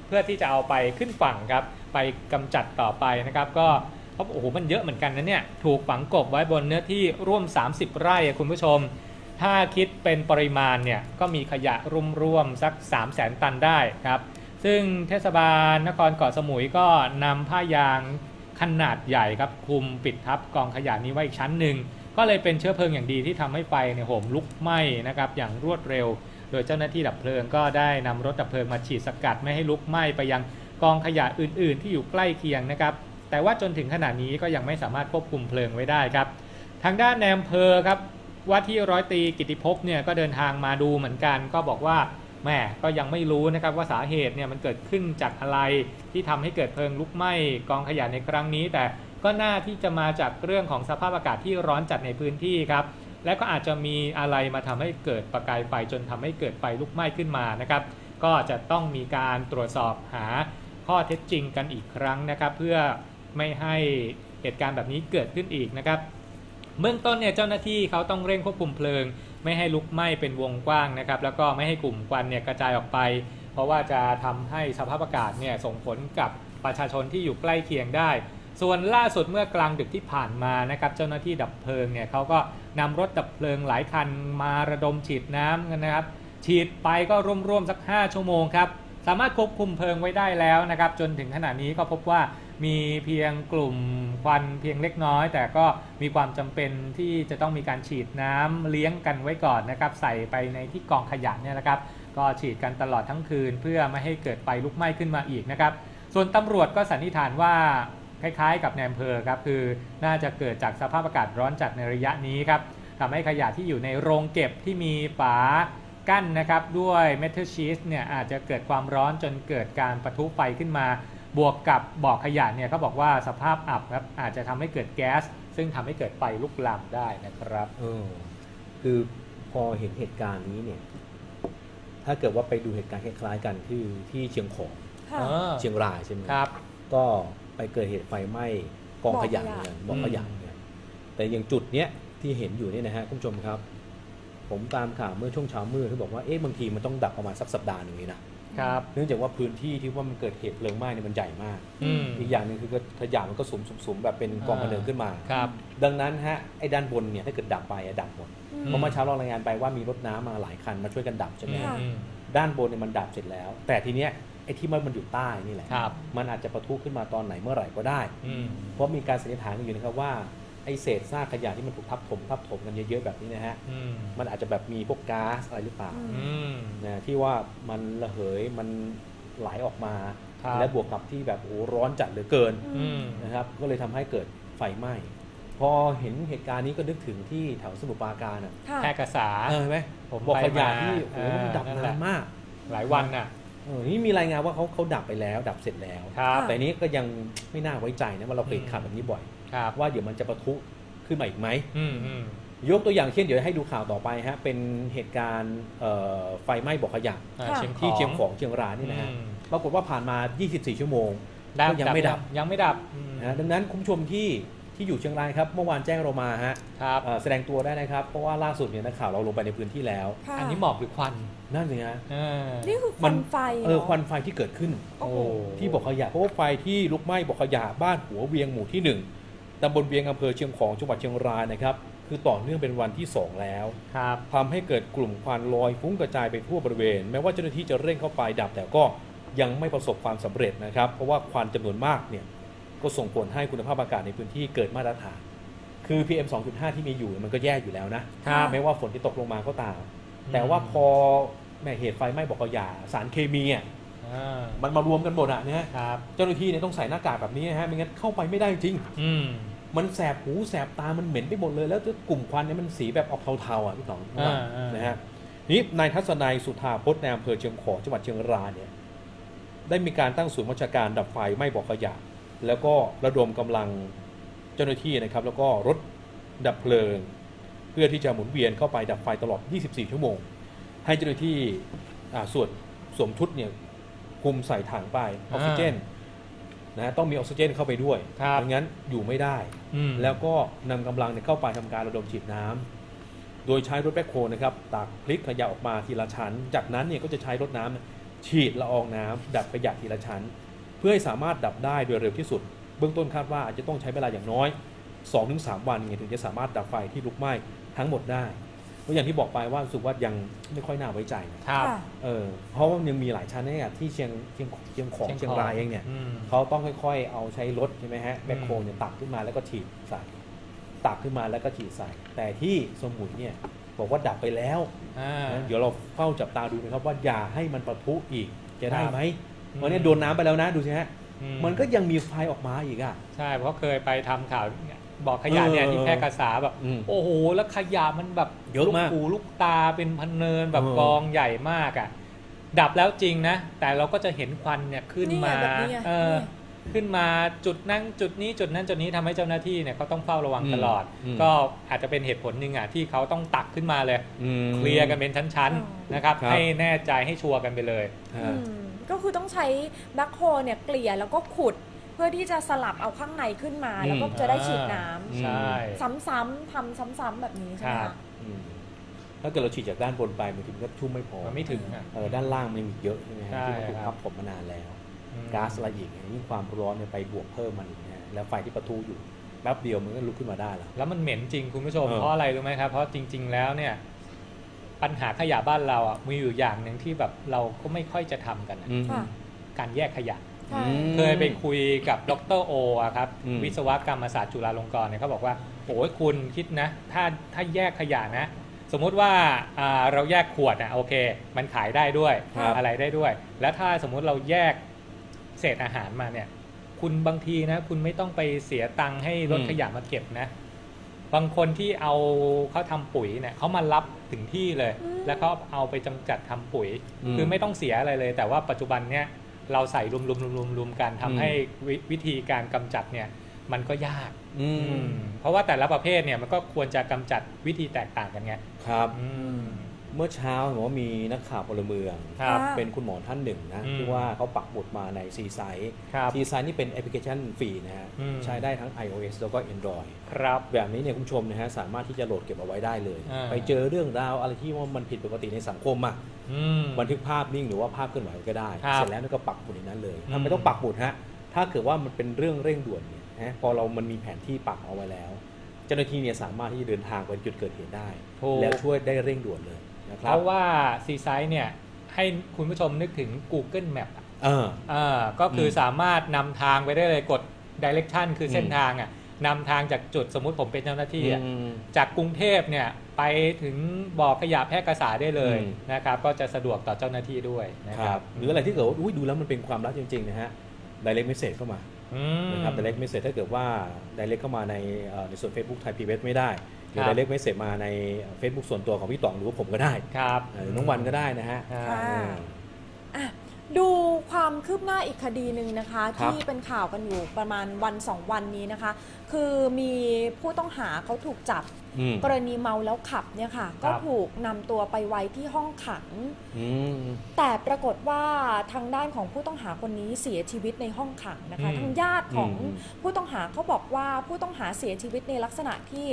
เพื่อที่จะเอาไปขึ้นฝั่งครับ ไปกำจัดต่อไปนะครับ ก็เขาบอกโอ้โหมันเยอะเหมือนกันนะเนี่ย ถูกฝังกลบไว้บนเนื้อที่ร่วม 30 ไร่อะคุณผู้ชม ถ้าคิดเป็นปริมาณเนี่ยก็มีขยะรวมๆสัก 3 0 0แสนตันได้ครับ ซึ่งเทศบาลนครเกาะสมุยก็นำผ้ายางขนาดใหญ่ครับคลุมปิดทับกองขยะนี้ไว้อีกชั้นหนึ่ง ก็เลยเป็นเชื้อเพลิงอย่างดีที่ทำให้ไฟเนี่ยโหมลุกไหม้นะครับอย่างรวดเร็ว โดยเจ้าหน้าที่ดับเพลิงก็ได้นำรถดับเพลิงมาฉีดสกัดไม่ให้ลุกไหม้ไปยังกองขยะอื่น ๆ ที่อยู่ใกล้เคียงนะครับ แต่ว่าจนถึงขณะนี้ก็ยังไม่สามารถควบคุมเพลิงไว้ได้ครับ ทางด้านในอำเภอครับว่าที่ร้อยตรีกิติภพเนี่ยก็เดินทางมาดูเหมือนกัน ก็บอกว่าแหมก็ยังไม่รู้นะครับว่าสาเหตุเนี่ยมันเกิดขึ้นจากอะไรที่ทำให้เกิดเพลิงลุกไหม้กองขยะในครั้งนี้ แต่ก็น่าที่จะมาจากเรื่องของสภาพอากาศที่ร้อนจัดในพื้นที่ครับ และก็อาจจะมีอะไรมาทำให้เกิดประกายไฟจนทำให้เกิดไฟลุกไหม้ขึ้นมานะครับ ก็จะต้องมีการตรวจสอบหาข้อเท็จจริงกันอีกครั้งนะครับ เพื่อไม่ให้เหตุการณ์แบบนี้เกิดขึ้นอีกนะครับ เบื้องต้นเนี่ยเจ้าหน้าที่เขาต้องเร่งควบคุมเพลิง ไม่ให้ลุกไหม้เป็นวงกว้างนะครับ แล้วก็ไม่ให้กลุ่มควันเนี่ยกระจายออกไป เพราะว่าจะทำให้สภาพอากาศเนี่ยส่งผลกับประชาชนที่อยู่ใกล้เคียงได้ ส่วนล่าสุดเมื่อกลางดึกที่ผ่านมานะครับเจ้าหน้าที่ดับเพลิงเนี่ยเขาก็นำรถดับเพลิงหลายคันมาระดมฉีดน้ำกันนะครับ ฉีดไปก็ร่วมๆสัก 5 ชั่วโมงครับ สามารถควบคุมเพลิงไว้ได้แล้วนะครับ จนถึงขณะนี้ก็พบว่ามีเพียงกลุ่มควันเพียงเล็กน้อย แต่ก็มีความจำเป็นที่จะต้องมีการฉีดน้ำเลี้ยงกันไว้ก่อนนะครับ ใส่ไปในที่กองขยะเนี่ยนะครับ ก็ฉีดกันตลอดทั้งคืน เพื่อไม่ให้เกิดไฟลุกไหม้ขึ้นมาอีกนะครับ ส่วนตำรวจก็สันนิษฐานว่าคล้ายๆ กับแนมเพอครับคือน่าจะเกิดจากสภาพอากาศร้อนจัดในระยะนี้ครับทำให้ขยะที่อยู่ในโรงเก็บที่มีฝากั้นนะครับด้วยเมทัลชีสเนี่ยอาจจะเกิดความร้อนจนเกิดการปะทุไฟขึ้นมา บวกกับบ่อขยะเนี่ยเขาบอกว่าสภาพอับครับอาจจะทำให้เกิดแก๊ส ซึ่งทำให้เกิดไฟลุกลามได้นะครับ เออคือ พอเห็นเหตุการณ์นี้เนี่ย ถ้าเกิดว่าไปดูเหตุการณ์คล้ายๆกันคือที่เชียงของ ค่ะ เออ เชียงรายใช่ไหม ครับ ก็ไปเกิดเหตุไฟไหม้กองขยะ บ่อขยะ เนี่ยบ่อขยะ อืม เนี่ยแต่อย่างจุดเนี้ยที่เห็นอยู่เนี่ยนะฮะคุณผู้ชมครับ ผมตามข่าวเมื่อช่วงเช้ามืดที่บอกว่าเอ๊ะบางทีมันต้องดับประมาณสักสัปดาห์หนึ่งเลยนะครับ เนื่องจากว่าพื้นที่ที่ว่ามันเกิดเหตุเพลิงไหม้เนี่ยมันใหญ่มาก อืม อีกอย่างหนึ่งคือก็ขยะมันก็สุมๆๆแบบเป็นกองกระเนิงขึ้นมา ครับ ดังนั้นฮะไอ้ด้านบนเนี่ยถ้าเกิดดับไปอะดับหมด อืม เพราะเมื่อเช้าเรารายงานไปว่ามีรถน้ำมาหลายคันมาช่วยกันดับใช่ไหม ค่ะ อืม ด้านบนเนี่ยมันดับเสร็จแล้ว แต่ทีเนี้ยไอ้ที่มันมันอยู่ใต้นี่แหละ ครับ มันอาจจะปะทุขึ้นมาตอนไหนเมื่อไหร่ก็ได้ อืม เพราะมีการสันนิษฐานกันอยู่นะครับว่าไอ้เศษซากขยะที่มันถูกทับถมทับถมกันเยอะๆแบบนี้นะฮะ อืม มันอาจจะแบบมีพวกก๊าซอะไรหรือเปล่า อืม อืม นะที่ว่ามันระเหยมันไหลออกมา ครับ และบวกกับที่แบบโอ้โหร้อนจัดเหลือเกิน อืม นะครับก็เลยทำให้เกิดไฟไหม้ พอเห็นเหตุการณ์นี้ก็นึกถึงที่แถวสมุทรปราการอ่ะ ค่ะ แพร่กระสา เออเห็นไหม ผม บอก ไป ขยะ มา ที่โอ้โห เออ มันดับ นั่นแห นา ละ นมาก หลายวันน่ะ เออนี่มีรายงานว่าเขาเขาดับไปแล้ว ดับเสร็จแล้ว ครับ แต่นี้ก็ยังไม่น่าไว้ใจนะว่าเราเคย อืม ข่าวแบบนี้บ่อย ครับ ว่าเดี๋ยวมันจะปะทุขึ้นมาอีกไหม อืมอืม ยกตัวอย่างเช่นเดี๋ยวให้ดูข่าวต่อไปฮะเป็นเหตุการณ์เอ่อไฟไหม้บ่อขยะ อ่า ค่ะ เชียงของ ที่เชียงของเชียงรายนี่นะฮะ อืม ปรากฏว่าผ่านมา 24 ชั่วโมง ดับ ก็ยังไม่ดับ ยังไม่ดับอืม นะฮะดังนั้นคุณผู้ชมที่ที่อยู่เชียงรายครับเมื่อวานแจ้งเรามาฮะ ครับ เอ่อแสดงตัวได้นะครับ เพราะว่าล่าสุดเนี่ยนักข่าวเราลงไปในพื้นที่แล้ว ค่ะ อันนี้หมอกหรือควัน นั่นสิฮะ เออ นี่คือค มั วัน นไฟหร เออควันไฟที่เกิดขึ้น โอ้โห ที่บอกขยะเพราะว่าไฟที่ลุกไหม้บอกขยะบ้านหัวเวียงหมู่ที่หนึ่งตำบลเวียงอำเภอเชียงของจังหวัดเชียงรายนะครับ คือต่อเนื่องเป็นวันที่สองแล้ว ครับ ทำให้เกิดกลุ่มควันลอยฟุ้งกระจายไปทั่วบริเวณ แม้ว่าเจ้าหน้าที่จะเร่งเข้าไปดับแต่ก็ยังไม่ประสบความสำเร็จนะครับ เพราะว่าควันจำนวนมากเนี่ยก็ส่งผลให้คุณภาพอากาศในพื้นที่เกิดมาตรฐาน คือ PM 2.5 ที่มีอยู่มันก็แย่อยู่แล้วนะ ครับ ไม่ว่าฝนที่ตกลงมาก็ตาม อืม แต่ว่าพอแหม่เหตุไฟไหม้บอกกอยาสารเคมีอ่ะ อ่า มันมารวมกันหมดอ่ะนะฮะ ครับ เจ้าหน้าที่เนี่ยต้องใส่หน้ากากแบบนี้นะฮะไม่งั้นเข้าไปไม่ได้จริง อืม มันแสบหูแสบตามันเหม็นไปหมดเลย แล้วกลุ่มควันเนี่ยมันสีแบบออกเทาๆอ่ะพี่ต๋อง อ่าอ่าน นะฮะนี่นายทัศนัยสุธาพจน์ในอำเภอเชียงของจังหวัดเชียงรายเนี่ยได้มีการตั้งศูนย์บัญชาการดับไฟไหม้บอกขยะ แล้วก็ระดมกำลังเจ้าหน้าที่นะครับ แล้วก็รถดับเพลิง เพื่อที่จะหมุนเวียนเข้าไปดับไฟตลอด 24 ชั่วโมง ให้เจ้าหน้าที่อ่าส่วนสวมชุดเนี่ยคลุมใส่ถังไปออกซิเจนนะฮะต้องมีออกซิเจนเข้าไปด้วย ครับ ไม่งั้นอยู่ไม่ได้ อืม แล้วก็นำกำลังเนี่ยเข้าไปทำการระดมฉีดน้ำ โดยใช้รถแบคโฮนะครับตักพลิกขยะออกมาทีละชั้น จากนั้นเนี่ยก็จะใช้รถน้ำเนี่ยฉีดละอองน้ำดับขยะทีละชั้น เพื่อให้สามารถดับได้โดยเร็วที่สุด เบื้องต้นคาดว่าอาจจะต้องใช้เวลาอย่างน้อย 2-3 วันเนี่ยถึงจะสามารถดับไฟที่ลุกไหม้ทั้งหมดได้เพราะอย่างที่บอกไปว่ารู้สึกว่ายังไม่ค่อยน่าไว้ใจนะครับ ค่ะ เออเพราะว่ามันยังมีหลายชั้นเนี่ยที่เชียงเชียงเชียงของเชียงรายเองเนี่ย ม เขาต้องค่อยๆ เอาใช้รถใช่ไหมฮะแบคโฮลเนี่ยตักขึ้นมาแล้วก็ฉีดใส่ตักขึ้นมาแล้วก็ฉีดใส่ แต่ที่สมุยเนี่ยบอกว่าดับไปแล้วนะเดี๋ยวเราเฝ้าจับตาดูนะครับว่าอย่าให้มันปะทุอีกจะได้ไหม ครับ วันนี้โดนน้ำไปแล้วนะดูสิฮะ อื มันก็ยังมีไฟออกมาอีกอ่ะ ใช่เพราะเคยไปทำข่าวเนี่ยบอกขยะเนี่ย เออ ที่แพร่กระสาแบบ อืม โอ้โห แล้วขยะมันแบบ เยอะมาก ลูหูลูกตาเป็นพันเนินแบบ เออ กองใหญ่มากอ่ะ ดับแล้วจริงนะ แต่เราก็จะเห็นควันเนี่ยขึ้น นี่ไง มา แบบนี้ไง เออ นี่ ขึ้นมาจุดนั่งจุดนี้จุดนั้นจุดนี้ทำให้เจ้าหน้าที่เนี่ยเขาต้องเฝ้าระวังตลอด อืม ก็อาจจะเป็นเหตุผลหนึ่งอ่ะที่เขาต้องตักขึ้นมาเลย อืม เคลียร์กันเป็นชั้นๆนะครับ ครับ ให้แน่ใจให้ชัวร์กันไปเลย อ่า อืมก็คือต้องใช้แบ็คโฮเนี่ยเกลี่ยแล้วก็ขุด เพื่อที่จะสลับเอาข้างในขึ้นมา แล้วก็ อืม จะได้ฉีดน้ำ อืม ใช่ ซ้ำๆทำซ้ำๆแบบนี้ใช่ไหม ครั คะ บ อืมถ้าเกิดเราฉีดจากด้านบนไปมันถึงก็ชุ่มไม่พอ มันไม่ถึงอ่ะ เออด้านล่างมันยังมีเยอะใช่ไหมฮะ ใช่ ที่มันถูก ครั ทับบ ผมมานานแล้ว อืม ก๊าซอะไรอีกเนี่ยยิ่งความร้อนเนี่ยไปบวกเพิ่มมันอีกนะฮะแล้วไฟที่ประทุอยู่แป๊บเดียวมันก็ลุกขึ้นมาได้แล้ว แล้วมันเหม็นจริงคุณผู้ชม เออ เพราะอะไรรู้ไหมครับ เพราะจริง ๆ แล้วเนี่ยปัญหาขยะบ้านเราอ่ะมีอยู่อย่างหนึ่งที่แบบเราก็ไม่ค่อยจะทำกันอะ ค่ะ การแยกขยะ ใช่ อืม เคยไปคุยกับดรโออะครับ อืม วิศวกรรมศาสตร์จุฬาลงกรณ์เนี่ยเขาบอกว่าโอ้ยคุณคิดนะ ถ้าถ้าแยกขยะนะ สมมุติว่าอ่าเราแยกขวดนะโอเค มันขายได้ด้วย ครับ อะไรได้ด้วย แล้วถ้าสมมุติเราแยกเศษอาหารมาเนี่ย คุณบางทีนะ คุณไม่ต้องไปเสียตังค์ให้รถ อืม ขยะมาเก็บนะ บางคนที่เอาเขาทำปุ๋ยเนี่ยเขามารับถึงที่เลย อืม แล้วเขาเอาไปจำกัดทำปุ๋ย อืม คือไม่ต้องเสียอะไรเลย แต่ว่าปัจจุบันเนี่ยเราใส่รวมๆๆๆกันทำ อืม ให้วิวิธีการกำจัดเนี่ย มันก็ยาก อื อื ม มเพราะว่าแต่ละประเภทเนี่ยมันก็ควรจะกำจัดวิธีแตกต่างกันไง ครับ อืม เมื่อเช้าเห็นว่ามีนักข่าวพลเมือง ครับ อ่า เป็นคุณหมอท่านหนึ่งนะ อืม ที่ว่าเขาปักหมุดมาในซีไซ ครับ ซีไซนี่เป็นแอปพลิเคชันฟรีนะฮะ อืม ใช้ได้ทั้ง iOS แล้วก็ Android ครับ แบบนี้เนี่ยคุณผู้ชมนะฮะสามารถที่จะโหลดเก็บเอาไว้ได้เลย อ่า ไปเจอเรื่องราวอะไรที่ว่ามันผิดปกติในสังคมอ่ะ อืม บันทึกภาพนิ่งหรือว่าภาพเคลื่อนไหวก็ได้ ครับ เสร็จแล้วเนี่ยก็ปักหมุดในนั้นเลย อืม ทำไมต้องปักหมุดฮะถ้าเกิดว่ามันเป็นเรื่องเร่งด่วนเนี่ยนะพอเรามันมีแผนที่ปักเอาไว้แล้ว เจ้าหน้าที่เนี่ยสามารถที่จะเดินทางไปจุดเกิดเหตุได้ ถูก แล้วช่วยได้เร่งด่วนเลยนะค เพ รับ ราะว่าซีไซส์เนี่ย ให้คุณผู้ชมนึกถึง Google Map อะ เออ อ่าก็คืออ ม สามารถนำทางไปได้เลยกด Direction คือเส้น อืม ทางอ่ะนำทางจากจุดสมมุติผมเป็นเจ้าหน้าที่อะ อืม จากกรุงเทพเนี่ยไปถึงบ่อขยะแพร่กษาได้เลย อืม นะครับ ก็จะสะดวกต่อเจ้าหน้าที่ด้วยนะ ค ค รั รั บบ หรืออะไรที่เกิดว่าอุ๊ยดูแล้วมันเป็นความลับจริง ๆ นะฮะ direct message เข้ามา อืม นะครับ direct message ถ้าเกิดว่า direct เข้ามาในเอ่อในส่วน Facebook ไทยพีเไม่ได้ หรือ ครับ direct message มาใน Facebook ส่วนตัวของพี่ต๋องหรือว่าผมก็ได้ ครับ เอ่อหรือน้องวันก็ได้นะฮะ ค่ะ อ่ะดูความคืบหน้าอีกคดีหนึ่งนะคะ ครับ ที่เป็นข่าวกันอยู่ประมาณวันสองวันนี้นะคะ คือมีผู้ต้องหาเขาถูกจับ อืม กรณีเมาแล้วขับเนี่ยค่ะ ก็ถูกนำตัวไปไว้ที่ห้องขัง อืม แต่ปรากฏว่าทางด้านของผู้ต้องหาคนนี้เสียชีวิตในห้องขังนะคะ อืม ทางญาติของ อืม ผู้ต้องหาเขาบอกว่าผู้ต้องหาเสียชีวิตในลักษณะที่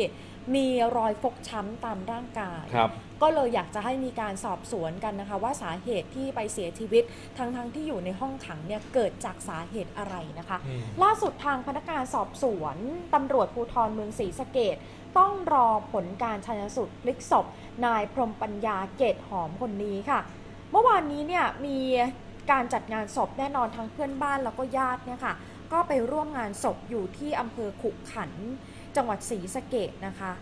มีรอยฟกช้ำตามร่างกาย ครับ ก็เลยอยากจะให้มีการสอบสวนกันนะคะ ว่าสาเหตุที่ไปเสียชีวิตทั้งๆทที่อยู่ในห้องขังเนี่ยเกิดจากสาเหตุอะไรนะคะ อืม ล่าสุดทางพนักงานสอบสวนตำรวจภูทรเมืองศรีสะเกดต้องรอผลการชันสูตรพลิกศพ นายพรหมปัญญาเกตหอมคนนี้ค่ะ เมื่อวานนี้เนี่ยมีการจัดงานศพแน่นอนทั้งเพื่อนบ้านแล้วก็ญาติเนี่ยค่ะ ก็ไปร่วมงานศพอยู่ที่อำเภอขุขันธ์จังหวัดศรีสะเกดนะคะ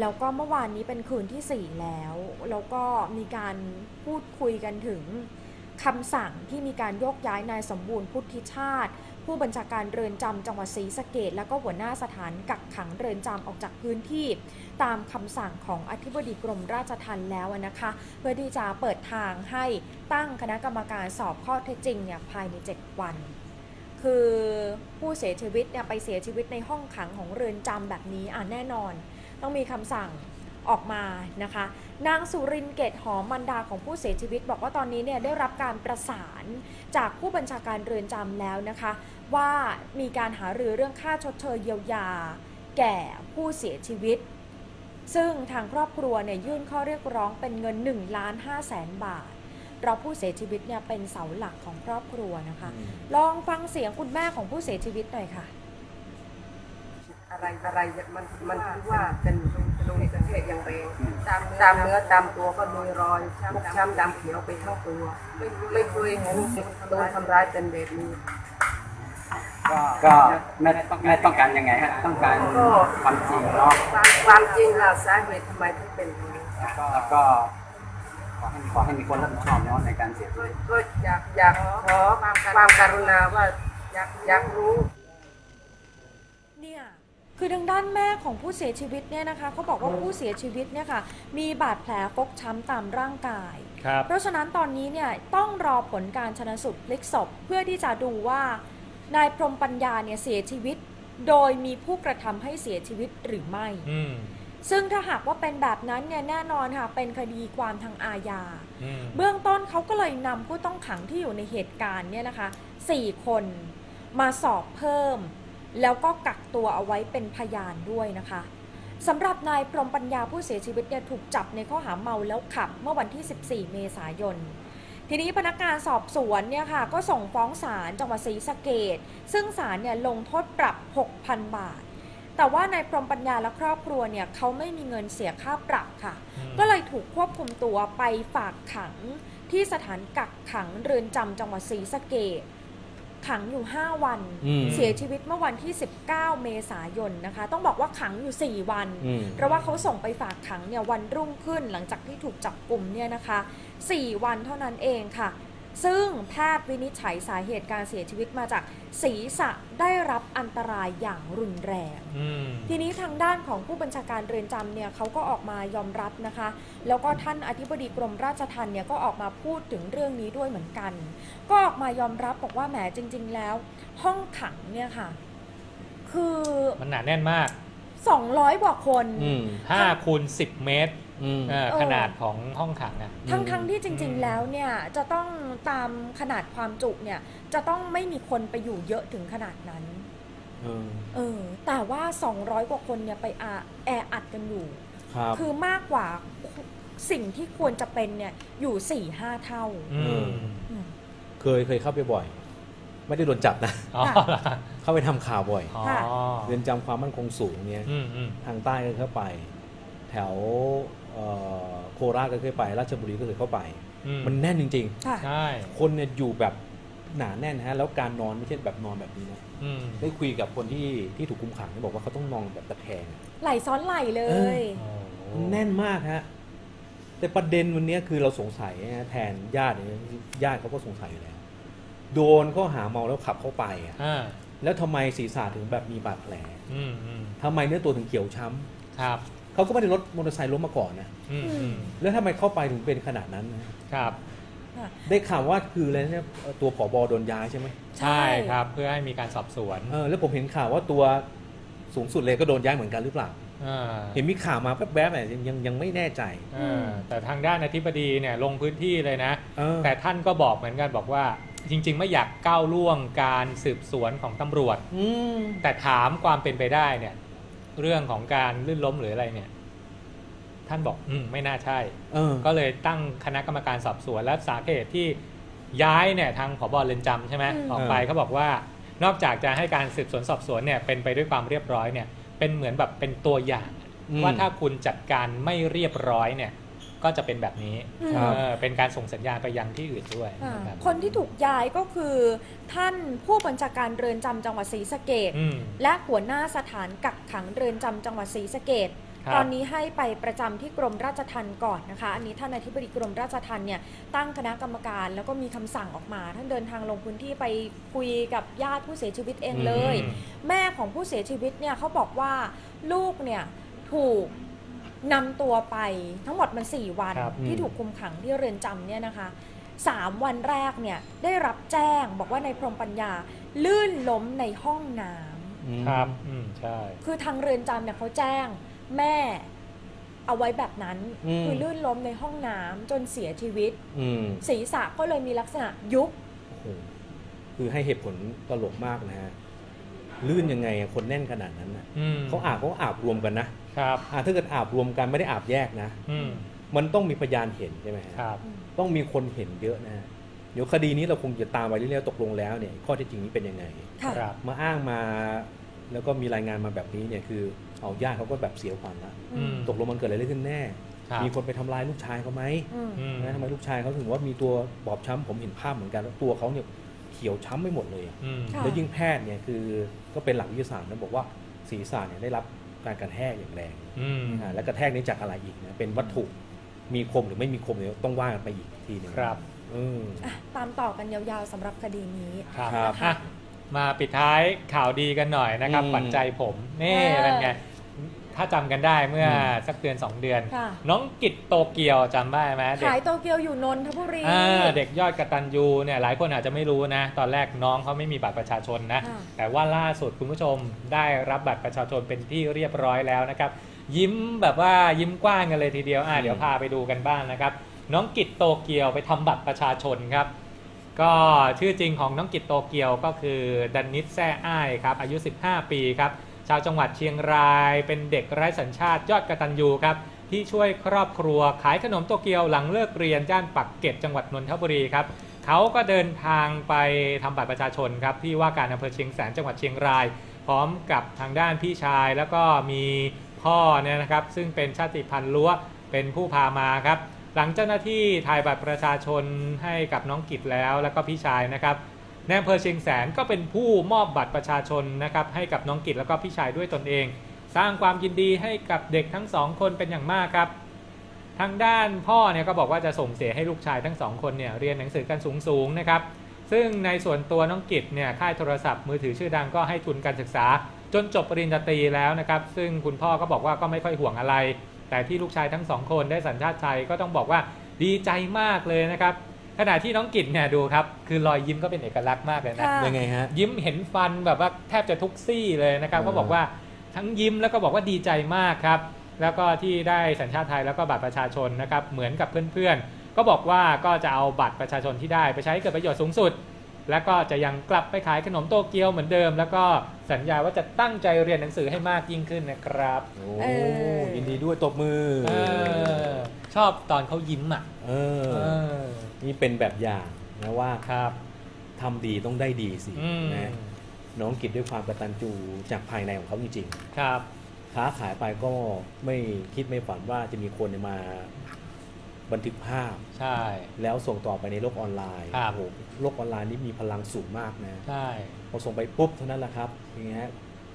แล้วก็เมื่อวานนี้เป็นคืนที่ 4 แล้ว แล้วก็มีการพูดคุยกันถึงคำสั่งที่มีการโยกย้ายนายสมบูรณ์พุทธิชาติ ผู้บัญชาการเรือนจำจังหวัดศรีสะเกดและก็หัวหน้าสถานกักขังเรือนจำออกจากพื้นที่ ตามคำสั่งของอธิบดีกรมราชทัณฑ์แล้วนะคะ เพื่อที่จะเปิดทางให้ตั้งคณะกรรมการสอบข้อเท็จจริงเนี่ยภายใน 7 วัน คือผู้เสียชีวิตเนี่ยไปเสียชีวิตในห้องขังของเรือนจำแบบนี้อ่ะแน่นอน ต้องมีคำสั่งออกมานะคะ นางสุรินทร์เกตหอมมันดาของผู้เสียชีวิต บอกว่าตอนนี้เนี่ยได้รับการประสานจากผู้บัญชาการเรือนจำแล้วนะคะ ว่ามีการหารือเรื่องค่าชดเชยเยียวยา แก่ผู้เสียชีวิต ซึ่งทางครอบครัวเนี่ยยื่นข้อเรียกร้องเป็นเงิน1ล้าน5แสนบาทเพราะผู้เสียชีวิตเนี่ยเป็นเสาหลักของครอบครัวนะคะ ลองฟังเสียงคุณแม่ของผู้เสียชีวิตหน่อยค่ะ อะไรอะไรมันมันคิดว่าเป็นลงสังเกตอย่างแรงตามตามเนื้อตามตัวก็มีรอยช้ำช้ำดำเขียวไปทั้งตัว ไม่เคยเห็นโดนทำร้ายเป็นแบบนี้ ก็ไม่ไม่ต้องการยังไงฮะต้องการความจริงเนาะ ความความจริงเราสาเหตุทำไมถึงเป็นอย่างนี้ แล้วก็แล้วก็ขอให้ขอให้มีคนรับผิดชอบเนาะในการเสียชี ก็ วิต ก็อยากอยากขอความความกรุณาว่าอยากอยากรู้ เนี่ย คือทางด้านแม่ของผู้เสียชีวิตเนี่ยนะคะเขาบอกว่าผู้เสียชีวิตเนี่ยค่ะ มีบาดแผลฟกช้ำตามร่างกาย ครับ เพราะฉะนั้นตอนนี้เนี่ยต้องรอผลการชนสูตรพลิกศพเพื่อที่จะดูว่านายพรหมปัญญาเนี่ยเสียชีวิต โดยมีผู้กระทำให้เสียชีวิตหรือไม่ อืม ซึ่งถ้าหากว่าเป็นแบบนั้นเนี่ยแน่นอนค่ะเป็นคดีความทางอาญา อืม เบื้องต้นเขาก็เลยนำผู้ต้องขังที่อยู่ในเหตุการณ์เนี่ยนะคะ 4 คนมาสอบเพิ่ม แล้วก็กักตัวเอาไว้เป็นพยานด้วยนะคะสำหรับนายพรหมปัญญาผู้เสียชีวิตเนี่ยถูกจับในข้อหาเมาแล้วขับเมื่อวันที่ 14 เมษายน ทีนี้พนักงานสอบสวนเนี่ยค่ะก็ส่งฟ้องศาลจังหวัดศรีสะเกดซึ่งศาลเนี่ยลงโทษปรับ 6,000 บาท แต่ว่านายพรหมปัญญาและครอบครัวเนี่ยเขาไม่มีเงินเสียค่าปรับค่ะ อืม ก็เลยถูกควบคุมตัวไปฝากขังที่สถานกักขังเรือนจำจังหวัดศรีสะเกดขังอยู่ 5 วัน อืม เสียชีวิตเมื่อวันที่ 19 เมษายนนะคะ ต้องบอกว่าขังอยู่ 4 วัน อืม เพราะว่าเขาส่งไปฝากขังเนี่ยวันรุ่งขึ้นหลังจากที่ถูกจับกลุ่มเนี่ยนะคะ 4 วันเท่านั้นเองค่ะ ซึ่งแพทย์วินิจฉัยสาเหตุการเสียชีวิตมาจากศีรษะได้รับอันตรายอย่างรุนแรง อืม ทีนี้ทางด้านของผู้บัญชาการเรือนจำเนี่ยเขาก็ออกมายอมรับนะคะ แล้วก็ท่านอธิบดีกรมราชทัณฑ์เนี่ยก็ออกมาพูดถึงเรื่องนี้ด้วยเหมือนกัน ก็ออกมายอมรับบอกว่าแหมจริง ๆ แล้ว ห้องขังเนี่ยค่ะ คือ มันหนาแน่นมาก 200กว่าคน อืม 5คูณ10 เมตร อืม เอ่อ เออ ขนาดของห้องขังนะ ทั้งทั้งที่จริง อืม ๆ แล้วเนี่ยจะต้องตามขนาดความจุเนี่ยจะต้องไม่มีคนไปอยู่เยอะถึงขนาดนั้น เออ เออ แต่ว่า 200 กว่าคนเนี่ยไปอาแออัดกันอยู่ ครับ คือมากกว่าสิ่งที่ควรจะเป็นเนี่ยอยู่4ี่ห้าเท่า อืม อืม เคยเคยเข้าไปบ่อย ไม่ได้โดนจับนะ อ๋อเหรอ เข้าไปทำข่าวบ่อย อ๋อ ค่ะ เรือนจำความมั่นคงสูงเนี่ย อืมอืม ทางใต้ก็เคยไป แถวเอ่อโคราชก็เคยไป ราชบุรีก็เคยเข้าไป อืม มันแน่นจริง ค่ะ ใช่ ๆ คนเนี่ยอยู่แบบหนาแน่นฮะ แล้วการนอนไม่ใช่แบบนอนแบบนี้นะ อืม ได้คุยกับคนที่ที่ถูกคุมขังเนี่ยบอกว่าเขาต้องนอนแบบตะแคงอะ ไหลซ้อนไหลเลย โอ้ แน่นมากฮะ แต่ประเด็นวันเนี้ยคือเราสงสัยฮะแทนญาติเนี่ยญาติเขาก็สงสัยอยู่แล้ว โดนก็หาเมาแล้วขับเข้าไปอะ อ่า แล้วทำไมศีรษะถึงแบบมีบาดแผล อืมอืม ทำไมเนื้อตัวถึงเขียวช้ำ ครับ เขาก็ไม่ได้รถมอเตอร์ไซค์ล้มมาก่อนนะ อืมอืม แล้วทำไมเข้าไปถึงเป็นขนาดนั้นนะ ครับ ได้ข่าวว่าคืออะไรเนี่ยเอ่อตัวผอบอโดนย้ายใช่ไหม ใช่ครับเพื่อให้มีการสอบสวน เออแล้วผมเห็นข่าวว่าตัวสูงสุดเลยก็โดนย้ายเหมือนกันหรือเปล่า อ่า เห็นมีข่าวมาแป๊บๆเนี่ยยังยังยังไม่แน่ใจ อ่าแต่ทางด้านอธิบดีเนี่ยลงพื้นที่เลยนะ เออ แต่ท่านก็บอกเหมือนกันบอกว่า จริง ๆ ไม่อยากก้าวล่วงการสืบสวนของตำรวจ อืม แต่ถามความเป็นไปได้เนี่ย เรื่องของการลื่นล้มหรืออะไรเนี่ย ท่านบอกอืมไม่น่าใช่ เออ ก็เลยตั้งคณะกรรมการสอบสวนและสาเหตุที่ย้ายเนี่ยทางผบเรือนจำใช่ไหม อืม ออกไปเขาบอกว่านอกจากจะให้การสืบสวนสอบสวนเนี่ยเป็นไปด้วยความเรียบร้อยเนี่ย เป็นเหมือนแบบเป็นตัวอย่าง อืม ว่าถ้าคุณจัดการไม่เรียบร้อยเนี่ย ก็จะเป็นแบบนี้ ครับ เออเป็นการส่งสัญญาณไปยังที่อื่นด้วย อ่า แบบ คนที่ถูกย้ายก็คือ ท่านผู้บัญชาการเรือนจำจังหวัดศรีสะเกด อืม และหัวหน้าสถานกักขังเรือนจำจังหวัดศรีสะเกด ครับ ตอนนี้ให้ไปประจำที่กรมราชทัณฑ์ก่อนนะคะ อันนี้ท่านอธิบดีกรมราชทัณฑ์เนี่ยตั้งคณะกรรมการแล้วก็มีคำสั่งออกมา ท่านเดินทางลงพื้นที่ไปคุยกับญาติผู้เสียชีวิตเองเลย อืม แม่ของผู้เสียชีวิตเนี่ยเขาบอกว่าลูกเนี่ยถูกนำตัวไปทั้งหมดมัน 4 วัน ครับ ที่ อืม ถูกคุมขังที่เรือนจำเนี่ยนะคะสามวันแรกเนี่ยได้รับแจ้งบอกว่านายพรหมปัญญา ลื่นล้มในห้องน้ อืม ครับอืมใช่ ำคือทางเรือนจำเนี่ยเขาแจ้งแม่เอาไว้แบบนั้น คือลื่นล้มในห้องน้ำจนเสียชีวิต อืม ศีรษะก็เลยมีลักษณะยุบ โอ้โหคือให้เหตุผลตลกมากนะฮะ ลื่นยังไงอะคนแน่นขนาดนั้นนะ อืม เขาอาบเขาอาบรวมกันนะครับ อ่าถ้าเกิดอาบรวมกันไม่ได้อาบแยกนะ อืม มันต้องมีพยานเห็นใช่ไหมฮะ ครับ ต้องมีคนเห็นเยอะนะฮะเดี๋ยวคดีนี้เราคงจะตามไปเรื่อยๆตกลงแล้วเนี่ยข้อเท็จจริงนี้เป็นยังไง ค่ะ ครับ มาอ้างมาแล้วก็มีรายงานมาแบบนี้เนี่ยคือเอาญาติเขาก็แบบเสียขวัญละ อืม ตกลงมันเกิดอะไรขึ้นแน่ ครับ มีคนไปทำร้ายลูกชายเขาไหม อืม อืม นะทำไมลูกชายเขาถึงว่ามีตัวบอบช้ำผมเห็นภาพเหมือนกันว่าตัวเขาเนี่ยเขียวช้ำไม่หมดเลยอะ อืม ค่ะ แล้วยิ่งแพทย์เนี่ยคือก็เป็นหลักวิทยาศาสตร์นะบอกว่าศีรษะเนี่ยได้รับการกระแทกอย่างแรง อืม อ่าและกระแทกนี้จากอะไรอีกนะเป็นวัตถุมีคมหรือไม่มีคมเนี่ยต้องว่ากันไปอีกทีหนึง ครับ อืม อ่ะตามต่อกันยาวๆสำหรับคดีนี้ ครับ ครับ อ่ะมาปิดท้ายข่าวดีกันหน่อยนะครับ อืม ขวัญใจผมนี่ เออ เป็นไง ถ้าจำกันได้เมื่ออ ม สักเดือน 2 เดือน ค่ะ น้องกิจโตเกียวจำได้ไหมเด็ก ขายโตเกียวอยู่นนทบุรี อ่าเด็กยอดกระตันยูเนี่ยหลายคนอาจจะไม่รู้นะ ตอนแรกน้องเขาไม่มีบัตรประชาชนนะ ค่ะ แต่ว่าล่าสุดคุณผู้ชมได้รับบัตรประชาชนเป็นที่เรียบร้อยแล้วนะครับ ยิ้มแบบว่ายิ้มกว้างกันเลยทีเดียวอ่ะเดี๋ยวพาไปดูกันบ้างนะครับ น้องกิจโตเกียวไปทำบัตรประชาชนครับ ก็ชื่อจริงของน้องกิจโตเกียวก็คือดันนิสแซ่อ้ายครับอายุ 15 ปีครับ ชาวจังหวัดเชียงรายเป็นเด็กไร้สัญชาติยอดกระตันยูครับ ที่ช่วยครอบครัวขายขนมโตเกียวหลังเลิกเรียนย่านปักเกร็ดจังหวัดนนทบุรีครับ เขาก็เดินทางไปทำบัตรประชาชนครับ ที่ว่าการอำเภอเชียงแสนจังหวัดเชียงราย พร้อมกับทางด้านพี่ชายแล้วก็มีพ่อเนี่ยนะครับ ซึ่งเป็นชาติพันธุ์ล้วเป็นผู้พามาครับ หลังเจ้าหน้าที่ถ่ายบัตรประชาชนให้กับน้องกิจแล้ว แล้วก็พี่ชายนะครับในอำเภอเชียงแสนก็เป็นผู้มอบบัตรประชาชนนะครับให้กับน้องกิจแล้วก็พี่ชายด้วยตนเอง สร้างความยินดีให้กับเด็กทั้งสองคนเป็นอย่างมากครับ ทางด้านพ่อเนี่ยก็บอกว่าจะส่งเสียให้ลูกชายทั้งสองคนเนี่ยเรียนหนังสือกันสูงๆนะครับ ซึ่งในส่วนตัวน้องกิจเนี่ยค่ายโทรศัพท์มือถือชื่อดังก็ให้ทุนการศึกษา จนจบปริญญาตรีแล้วนะครับ ซึ่งคุณพ่อก็บอกว่าก็ไม่ค่อยห่วงอะไร แต่ที่ลูกชายทั้งสองคนได้สัญชาติไทยก็ต้องบอกว่าดีใจมากเลยนะครับ ขณะที่น้องกิจเนี่ยดูครับ คือรอยยิ้มก็เป็นเอกลักษณ์มากเลยนะ ค่ะ ยังไงฮะ ยิ้มเห็นฟันแบบว่าแทบจะทุกซี่เลยนะครับ เออ ก็บอกว่าทั้งยิ้มแล้วก็บอกว่าดีใจมากครับ แล้วก็ที่ได้สัญชาติไทยแล้วก็บัตรประชาชนนะครับเหมือนกับเพื่อนๆ ก็บอกว่าก็จะเอาบัตรประชาชนที่ได้ไปใช้ให้เกิดประโยชน์สูงสุด แล้วก็จะยังกลับไปขายขนมโตเกียวเหมือนเดิม แล้วก็สัญญาว่าจะตั้งใจเรียนหนังสือให้มากยิ่งขึ้นนะครับ โอ้ เออ ยินดีด้วยตบมือ เออชอบตอนเขายิ้มอ่ะ เออ เออ นี่เป็นแบบอย่างนะว่า ครับ ทำดีต้องได้ดีสิ อืม นะน้องกิจด้วยความกตัญญูจากภายในของเขาจริง ครับ ๆ ค้าขายไปก็ไม่คิดไม่ฝันว่าจะมีคนมาบันทึกภาพ ใช่ แล้วส่งต่อไปในโลกออนไลน์ ครับ โลกออนไลน์นี่มีพลังสูงมากนะ ใช่ พอส่งไปปุ๊บเท่านั้นแหละครับอย่างเงี้ย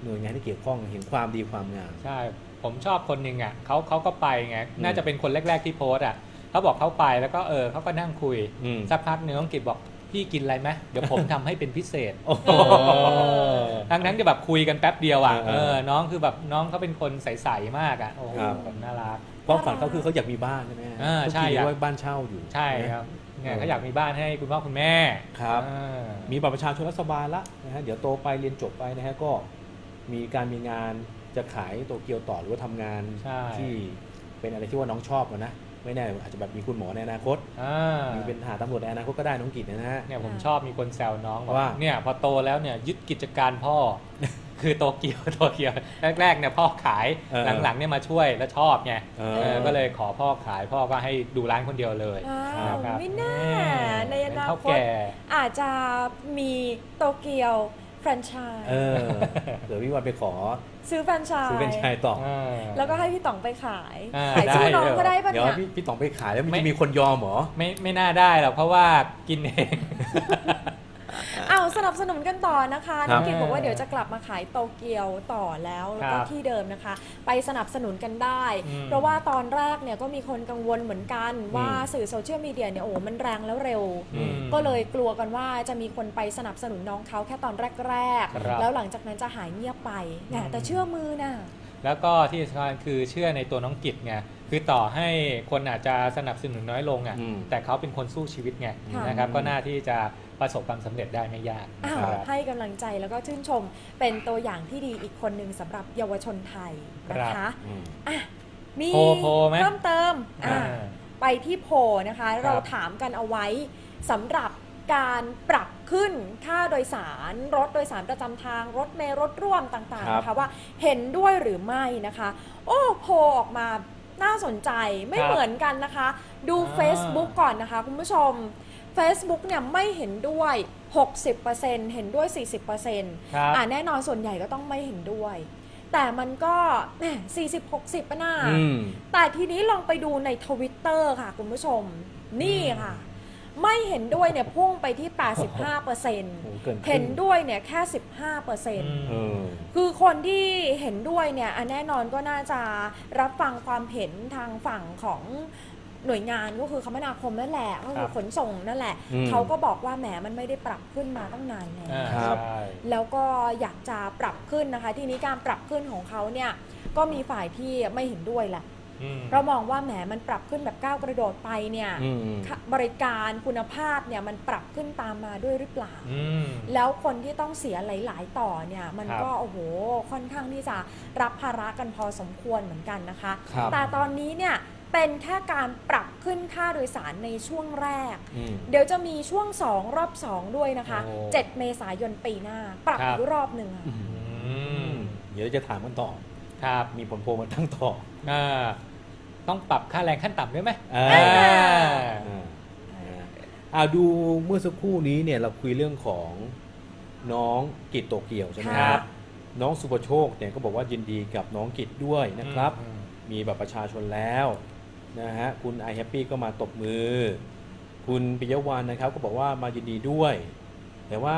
หน่วยงานที่เกี่ยวข้องเห็นความดีความงาม ใช่ ผมชอบคนหนึ่งอ่ะเขาเขาก็ไปไง อืม น่าจะเป็นคนแรก ๆที่โพสต์อ่ะเขาบอกเขาไปแล้วก็เออเขาก็นั่งคุย อืม สักพักหนึ่งน้องกิจบอก พี่กินอะไรไหมเดี๋ยวผม ทำให้เป็นพิเศษ โอ้โห ทั้งนั้นจะแบบคุยกันแป๊บเดียวอ่ะ เอ เอ อ อน้องคือแบบน้องเขาเป็นคนใส ๆ มากอ่ะโอ้โห ครับ คนน่ารัก ความฝันเขาคือเขาอยากมีบ้านใช่ไหม อ่าใช่ ทุกที อยาก ว่าบ้านเช่าอยู่ ใช่ นะ ครับเนี่ยเขาอยากมีบ้านให้คุณพ่อคุณแม่ ครับ เออ มีบัตรประชาชนรัฐบาลละนะฮะเดี๋ยวโตไปเรียนจบไปนะฮะก็มีการมีงานจะขายโตเกียวต่อหรือว่าทำงาน ใช่ ที่เป็นอะไรที่ว่าน้องชอบอะนะไม่แน่อาจจะแบบมีคุณหมอในอนาคต อ่า มีเป็นทหารตำรวจในอนาคตก็ได้น้องกิจนะฮะ เนี่ยผมชอบมีคนแซวน้องบอก ว่า เนี่ยพอโตแล้วเนี่ยยึดกิจการพ่อ คือโตเกียว โตเกียวแรกๆเนี่ยพ่อขายหลังๆเนี่ยมาช่วยแล้วชอบไง เอ เอ อ อก็เลยขอพ่อขายพ่อก็ให้ดูร้านคนเดียวเลย อ้า ครับ ว ครับ ไม่น่าในอนา เท่า คต แก่ อาจจะมีโตเกียวแฟรนไชส์ เออเดี๋ยวพี่วันไปขอ ซื้อแฟรนไชส์ ซื้อเป็นไชายต่อ แล้วก็ให้พี่ต๋องไปขาย อ่า ขายชื่อน้อง ได้เลย ก็ได้ปะ เดี๋ยว เนี่ย พี่พี่ต้องไปขายแล้วมัน ไม่ จะมีคนยอมเหรอ ไม่ไม่น่าได้หรอกเพราะว่ากินเอง เอาสนับสนุนกันต่อนะคะน้อง ครับ เกดบอกว่าเดี๋ยวจะกลับมาขายโตเกียวต่อแล้วแล้วก็ ครับ ที่เดิมนะคะ ไปสนับสนุนกันได้ อืม เพราะว่าตอนแรกเนี่ยก็มีคนกังวลเหมือนกันว่าสื่อโซเชียลมีเดียเนี่ยโอ้โหมันแรงแล้วเร็ว อืม ก็เลยกลัวกันว่าจะมีคนไปสนับสนุนน้องเขาแค่ตอนแรก ครับ ๆ แล้วหลังจากนั้นจะหายเงียบไปแหม อืม แต่เชื่อมือนะ แล้วก็ที่สำคัญคือเชื่อในตัวน้องกิจไงคือต่อให้คนอาจจะสนับสนุนน้อยลงอ่ะ อืม แต่เขาเป็นคนสู้ชีวิตไง ค่ะ นะครับ ก็น่าที่จะประสบความสำเร็จได้ไม่ยาก อ้า นะ ว ครับ ให้กำลังใจแล้วก็ชื่นชม เป็นตัวอย่างที่ดีอีกคนหนึ่งสำหรับเยาวชนไทยนะ คคะรับ อืม อ่ะมี โพลโพลไหม เพิ่มเติม อ่า อ่า ไปที่โพลนะคะ ครับ เราถามกันเอาไว้สำหรับการปรับขึ้นค่าโดยสาร รถโดยสารประจำทาง รถเมล์รถร่วมต่างๆนะ ครั คะ บ ว่าเห็นด้วยหรือไม่นะคะ โอ้โพลออกมาน่าสนใจไม่ ครับ เหมือนกันนะคะ ดู อ่า Facebook ก่อนนะคะ คุณผู้ชม Facebook เนี่ยไม่เห็นด้วย 60%เห็นด้วย 40% ครับ อ่าแน่นอนส่วนใหญ่ก็ต้องไม่เห็นด้วย แต่มันก็แหม40-60ป่ะน่า อืม แต่ทีนี้ลองไปดูในทวิตเตอร์ค่ะ คุณผู้ชม นี่ค่ะ ไม่เห็นด้วยเนี่ยพุ่งไปที่ 85เปอร์เซ็นต์ โอ้โหเกินครึ่ง เห็นด้วยเนี่ยแค่ 15เปอร์เซ็นต์ เออ คือคนที่เห็นด้วยเนี่ยอ่ะแน่นอนก็น่าจะรับฟังความเห็นทางฝั่งของหน่วยงานก็คือคมนาคมนั่นแหละก็คื ครั อบ ขนส่งนั่นแหละ อืม เขาก็บอกว่าแหมมันไม่ได้ปรับขึ้นมาตั้งนานแล้ว อ่า ครับ ใช่ แล้วก็อยากจะปรับขึ้นนะคะ ทีนี้การปรับขึ้นของเขาเนี่ยก็มีฝ่ายที่ไม่เห็นด้วยแหละ อืม เรามองว่าแหมมันปรับขึ้นแบบก้าวกระโดดไปเนี่ย อืม ค่ะบริการคุณภาพเนี่ยมันปรับขึ้นตามมาด้วยหรือเปล่า อืม แล้วคนที่ต้องเสียหลาย ๆ ต่อเนี่ยมัน ครับ ก็โอ้โหค่อนข้างที่จะรับภาระกันพอสมควรเหมือนกันนะคะ ครับ แต่ตอนนี้เนี่ยเป็นแค่การปรับขึ้นค่าโดยสารในช่วงแรก อืม เดี๋ยวจะมีช่วง 2 รอบ 2 ด้วยนะคะ โอ้ 7 เมษายนปีหน้า ปรับ ครับ อีกรอบหนึ่งอะ อืม เดี๋ยวเราจะถามกันต่อ ครับ มีผลโพลมาตั้งต่อ อ่าต้องปรับค่าแรงขั้นต่ำด้วยไหม อ่า อ่า อ่าอ่าดูเมื่อสักครู่นี้เนี่ยเราคุยเรื่องของน้องกิจโตเกียวใช่ไหม ครับ น้องสุปโชคเนี่ยก็บอกว่ายินดีกับน้องกิจด้วยนะครับ อืม มีบัตรประชาชนแล้วนะฮะคุณไอแฮปปี้ก็มาตบมือ คุณปิยวันนะครับก็บอกว่ามายินดีด้วย แต่ว่า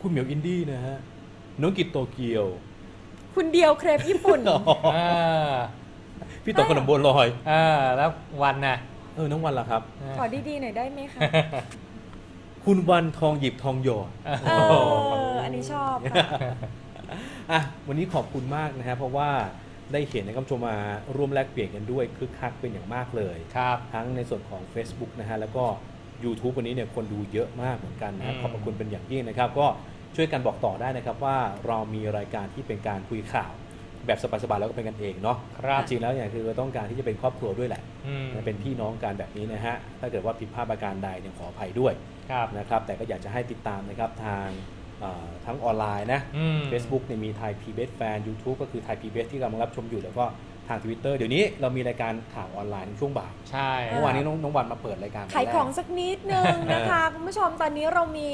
คุณเหมียวอินดี้นะฮะน้องกิจโตเกียว คุณเดียวเครปญี่ปุ่น อ่า พี่ต่อขนมบัวลอย อ่าแล้ววันนะ เออน้องวันล่ะครับ อ่า ขอดี ๆ หน่อยได้ไหมคะ คุณวันทองหยิบทองหยอด เออ อันนี้ชอบค่ะ อ่ะวันนี้ขอบคุณมากนะฮะเพราะว่าได้เห็นนะครับชมมาร่วมแลกเปลี่ยนกันด้วยคึกคักเป็นอย่างมากเลย ครับ ทั้งในส่วนของ Facebook นะฮะแล้วก็ YouTube วันนี้เนี่ยคนดูเยอะมากเหมือนกันนะคอืมรับขอบพระคุณเป็นอย่างยิ่งนะครับ ก็ช่วยกันบอกต่อได้นะครับว่าเรามีรายการที่เป็นการคุยข่าว แบบสบายๆแล้วก็เป็นกันเองเนาะ ครับ จริงๆแล้วเนี่ยคือเราต้องการที่จะเป็นครอบครัวด้วยแหละ อืม นะเป็นพี่น้องกันแบบนี้นะฮะถ้าเกิดว่าผิดพลาดประการใดเนี่ยขออภัยด้วย ครับ นะครับแต่ก็อยากจะให้ติดตามนะครับทางเอ่อทั้งออนไลน์นะ อืม Facebook เนี่ยมีไทย PBS Fan YouTube ก็คือไทย PBS ที่กำลังรับชมอยู่แล้วก็ทาง Twitter เดี๋ยวนี้เรามีรายการข่าวออนไลน์ในช่วงบ่าย ใช่ เมื่อวานนี้น้องน้องวันมาเปิดรายการ ขายของ แรก สักนิดนึง นะคะคุณผู้ชมตอนนี้เรามี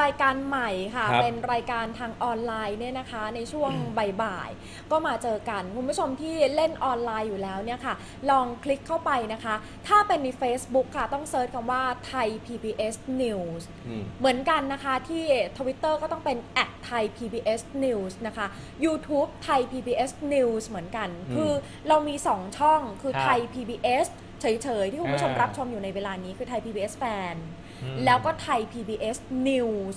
รายการใหม่ค่ะ ครับ เป็นรายการทางออนไลน์เนี่ยนะคะ ในช่วงบ่ายๆก็มาเจอกันคุณผู้ชมที่เล่นออนไลน์อยู่แล้วเนี่ยค่ะ ลองคลิกเข้าไปนะคะ ถ้าเป็นใน Facebook ค่ะ ต้องเซิร์ชคำว่าไทย PBS News อืม เหมือนกันนะคะที่ Twitter ก็ต้องเป็น t h a i PBS News นะคะ YouTube ไทย PBS News เหมือนกัน อืม คือเรามี 2 ช่องคือ ครับ ไทย PBS เฉย ๆ ที่คุณผู้ชม อ่ารั รับชมอยู่ในเวลานี้คือไทย PBS Fan อืม แล้วก็ไทย PBS News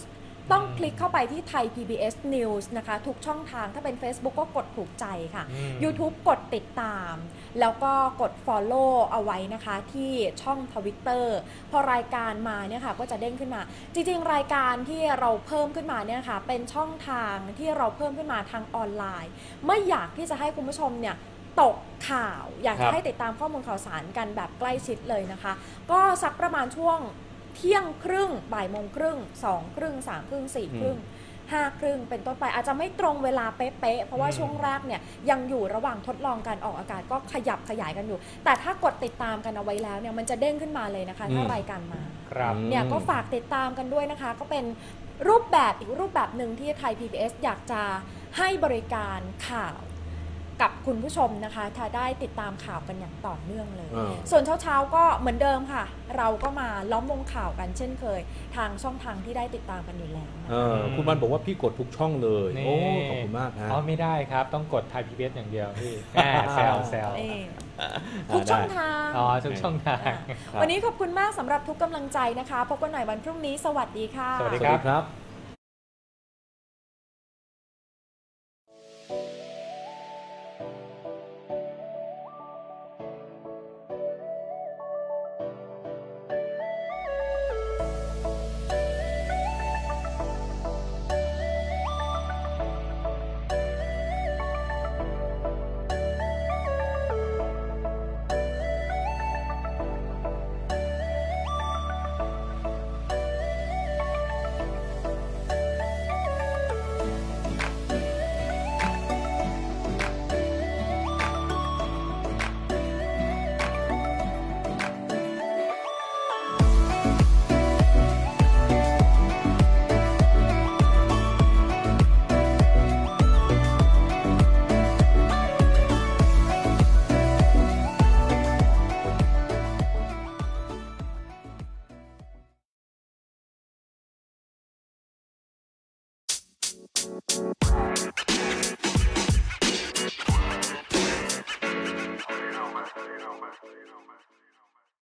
ต้องคลิกเข้าไปที่ไทย PBS News นะคะ ทุกช่องทางถ้าเป็น Facebook ก็กดถูกใจค่ะ อืม YouTube กดติดตาม แล้วก็กด Follow เอาไว้นะคะที่ช่อง Twitter พอรายการมาเนี่ยค่ะก็จะเด้งขึ้นมา จริงๆ รายการที่เราเพิ่มขึ้นมาเนี่ยค่ะเป็นช่องทางที่เราเพิ่มขึ้นมาทางออนไลน์ ไม่อยากที่จะให้คุณผู้ชมเนี่ยตกข่าว อยาก ครั จะ บ ให้ติดตามข้อมูลข่าวสารกันแบบใกล้ชิดเลยนะคะ ก็สักประมาณช่วง เที่ยงครึ่งบ่ายโมงครึ่งสองครึ่งสามครึ่งสี่ครึ่งห้าครึ่งเป็นต้นไปอาจจะไม่ตรงเวลาเป๊ะๆเพราะว่า อืม ช่วงแรกเนี่ยยังอยู่ระหว่างทดลองการออกอากาศก็ขยับขยายกันอยู่ แต่ถ้ากดติดตามกันเอาไว้แล้วเนี่ยมันจะเด้งขึ้นมาเลยนะคะถ้า อืม รายการมา ครับ เนี่ยก็ฝากติดตามกันด้วยนะคะ ก็เป็นรูปแบบอีกรูปแบบหนึ่งที่ไทย PBS อยากจะให้บริการข่าวกับคุณผู้ชมนะคะถ้าได้ติดตามข่าวกันอย่างต่อเนื่องเลย อ่า ส่วนเช้าๆก็เหมือนเดิมค่ะ เราก็มาล้อมวงข่าวกันเช่นเคย ทางช่องทางที่ได้ติดตามกันอยู่แล้วนะ เออคุณวันบอกว่าพี่กดทุกช่องเลย นี่ โอ้ขอบคุณมากฮะ อ๋อไม่ได้ครับต้องกดไทยพีบีอย่างเดียว พี่แหม่แซวแซว นี่ทุกช่องทาง อ๋อทุกช่องทาง ครับ วันนี้ขอบคุณมากสำหรับทุกกำลังใจนะคะพบกันใหม่วันพรุ่งนี้ สวัสดีค่ะ สวัส ส ดี วัสดีครับ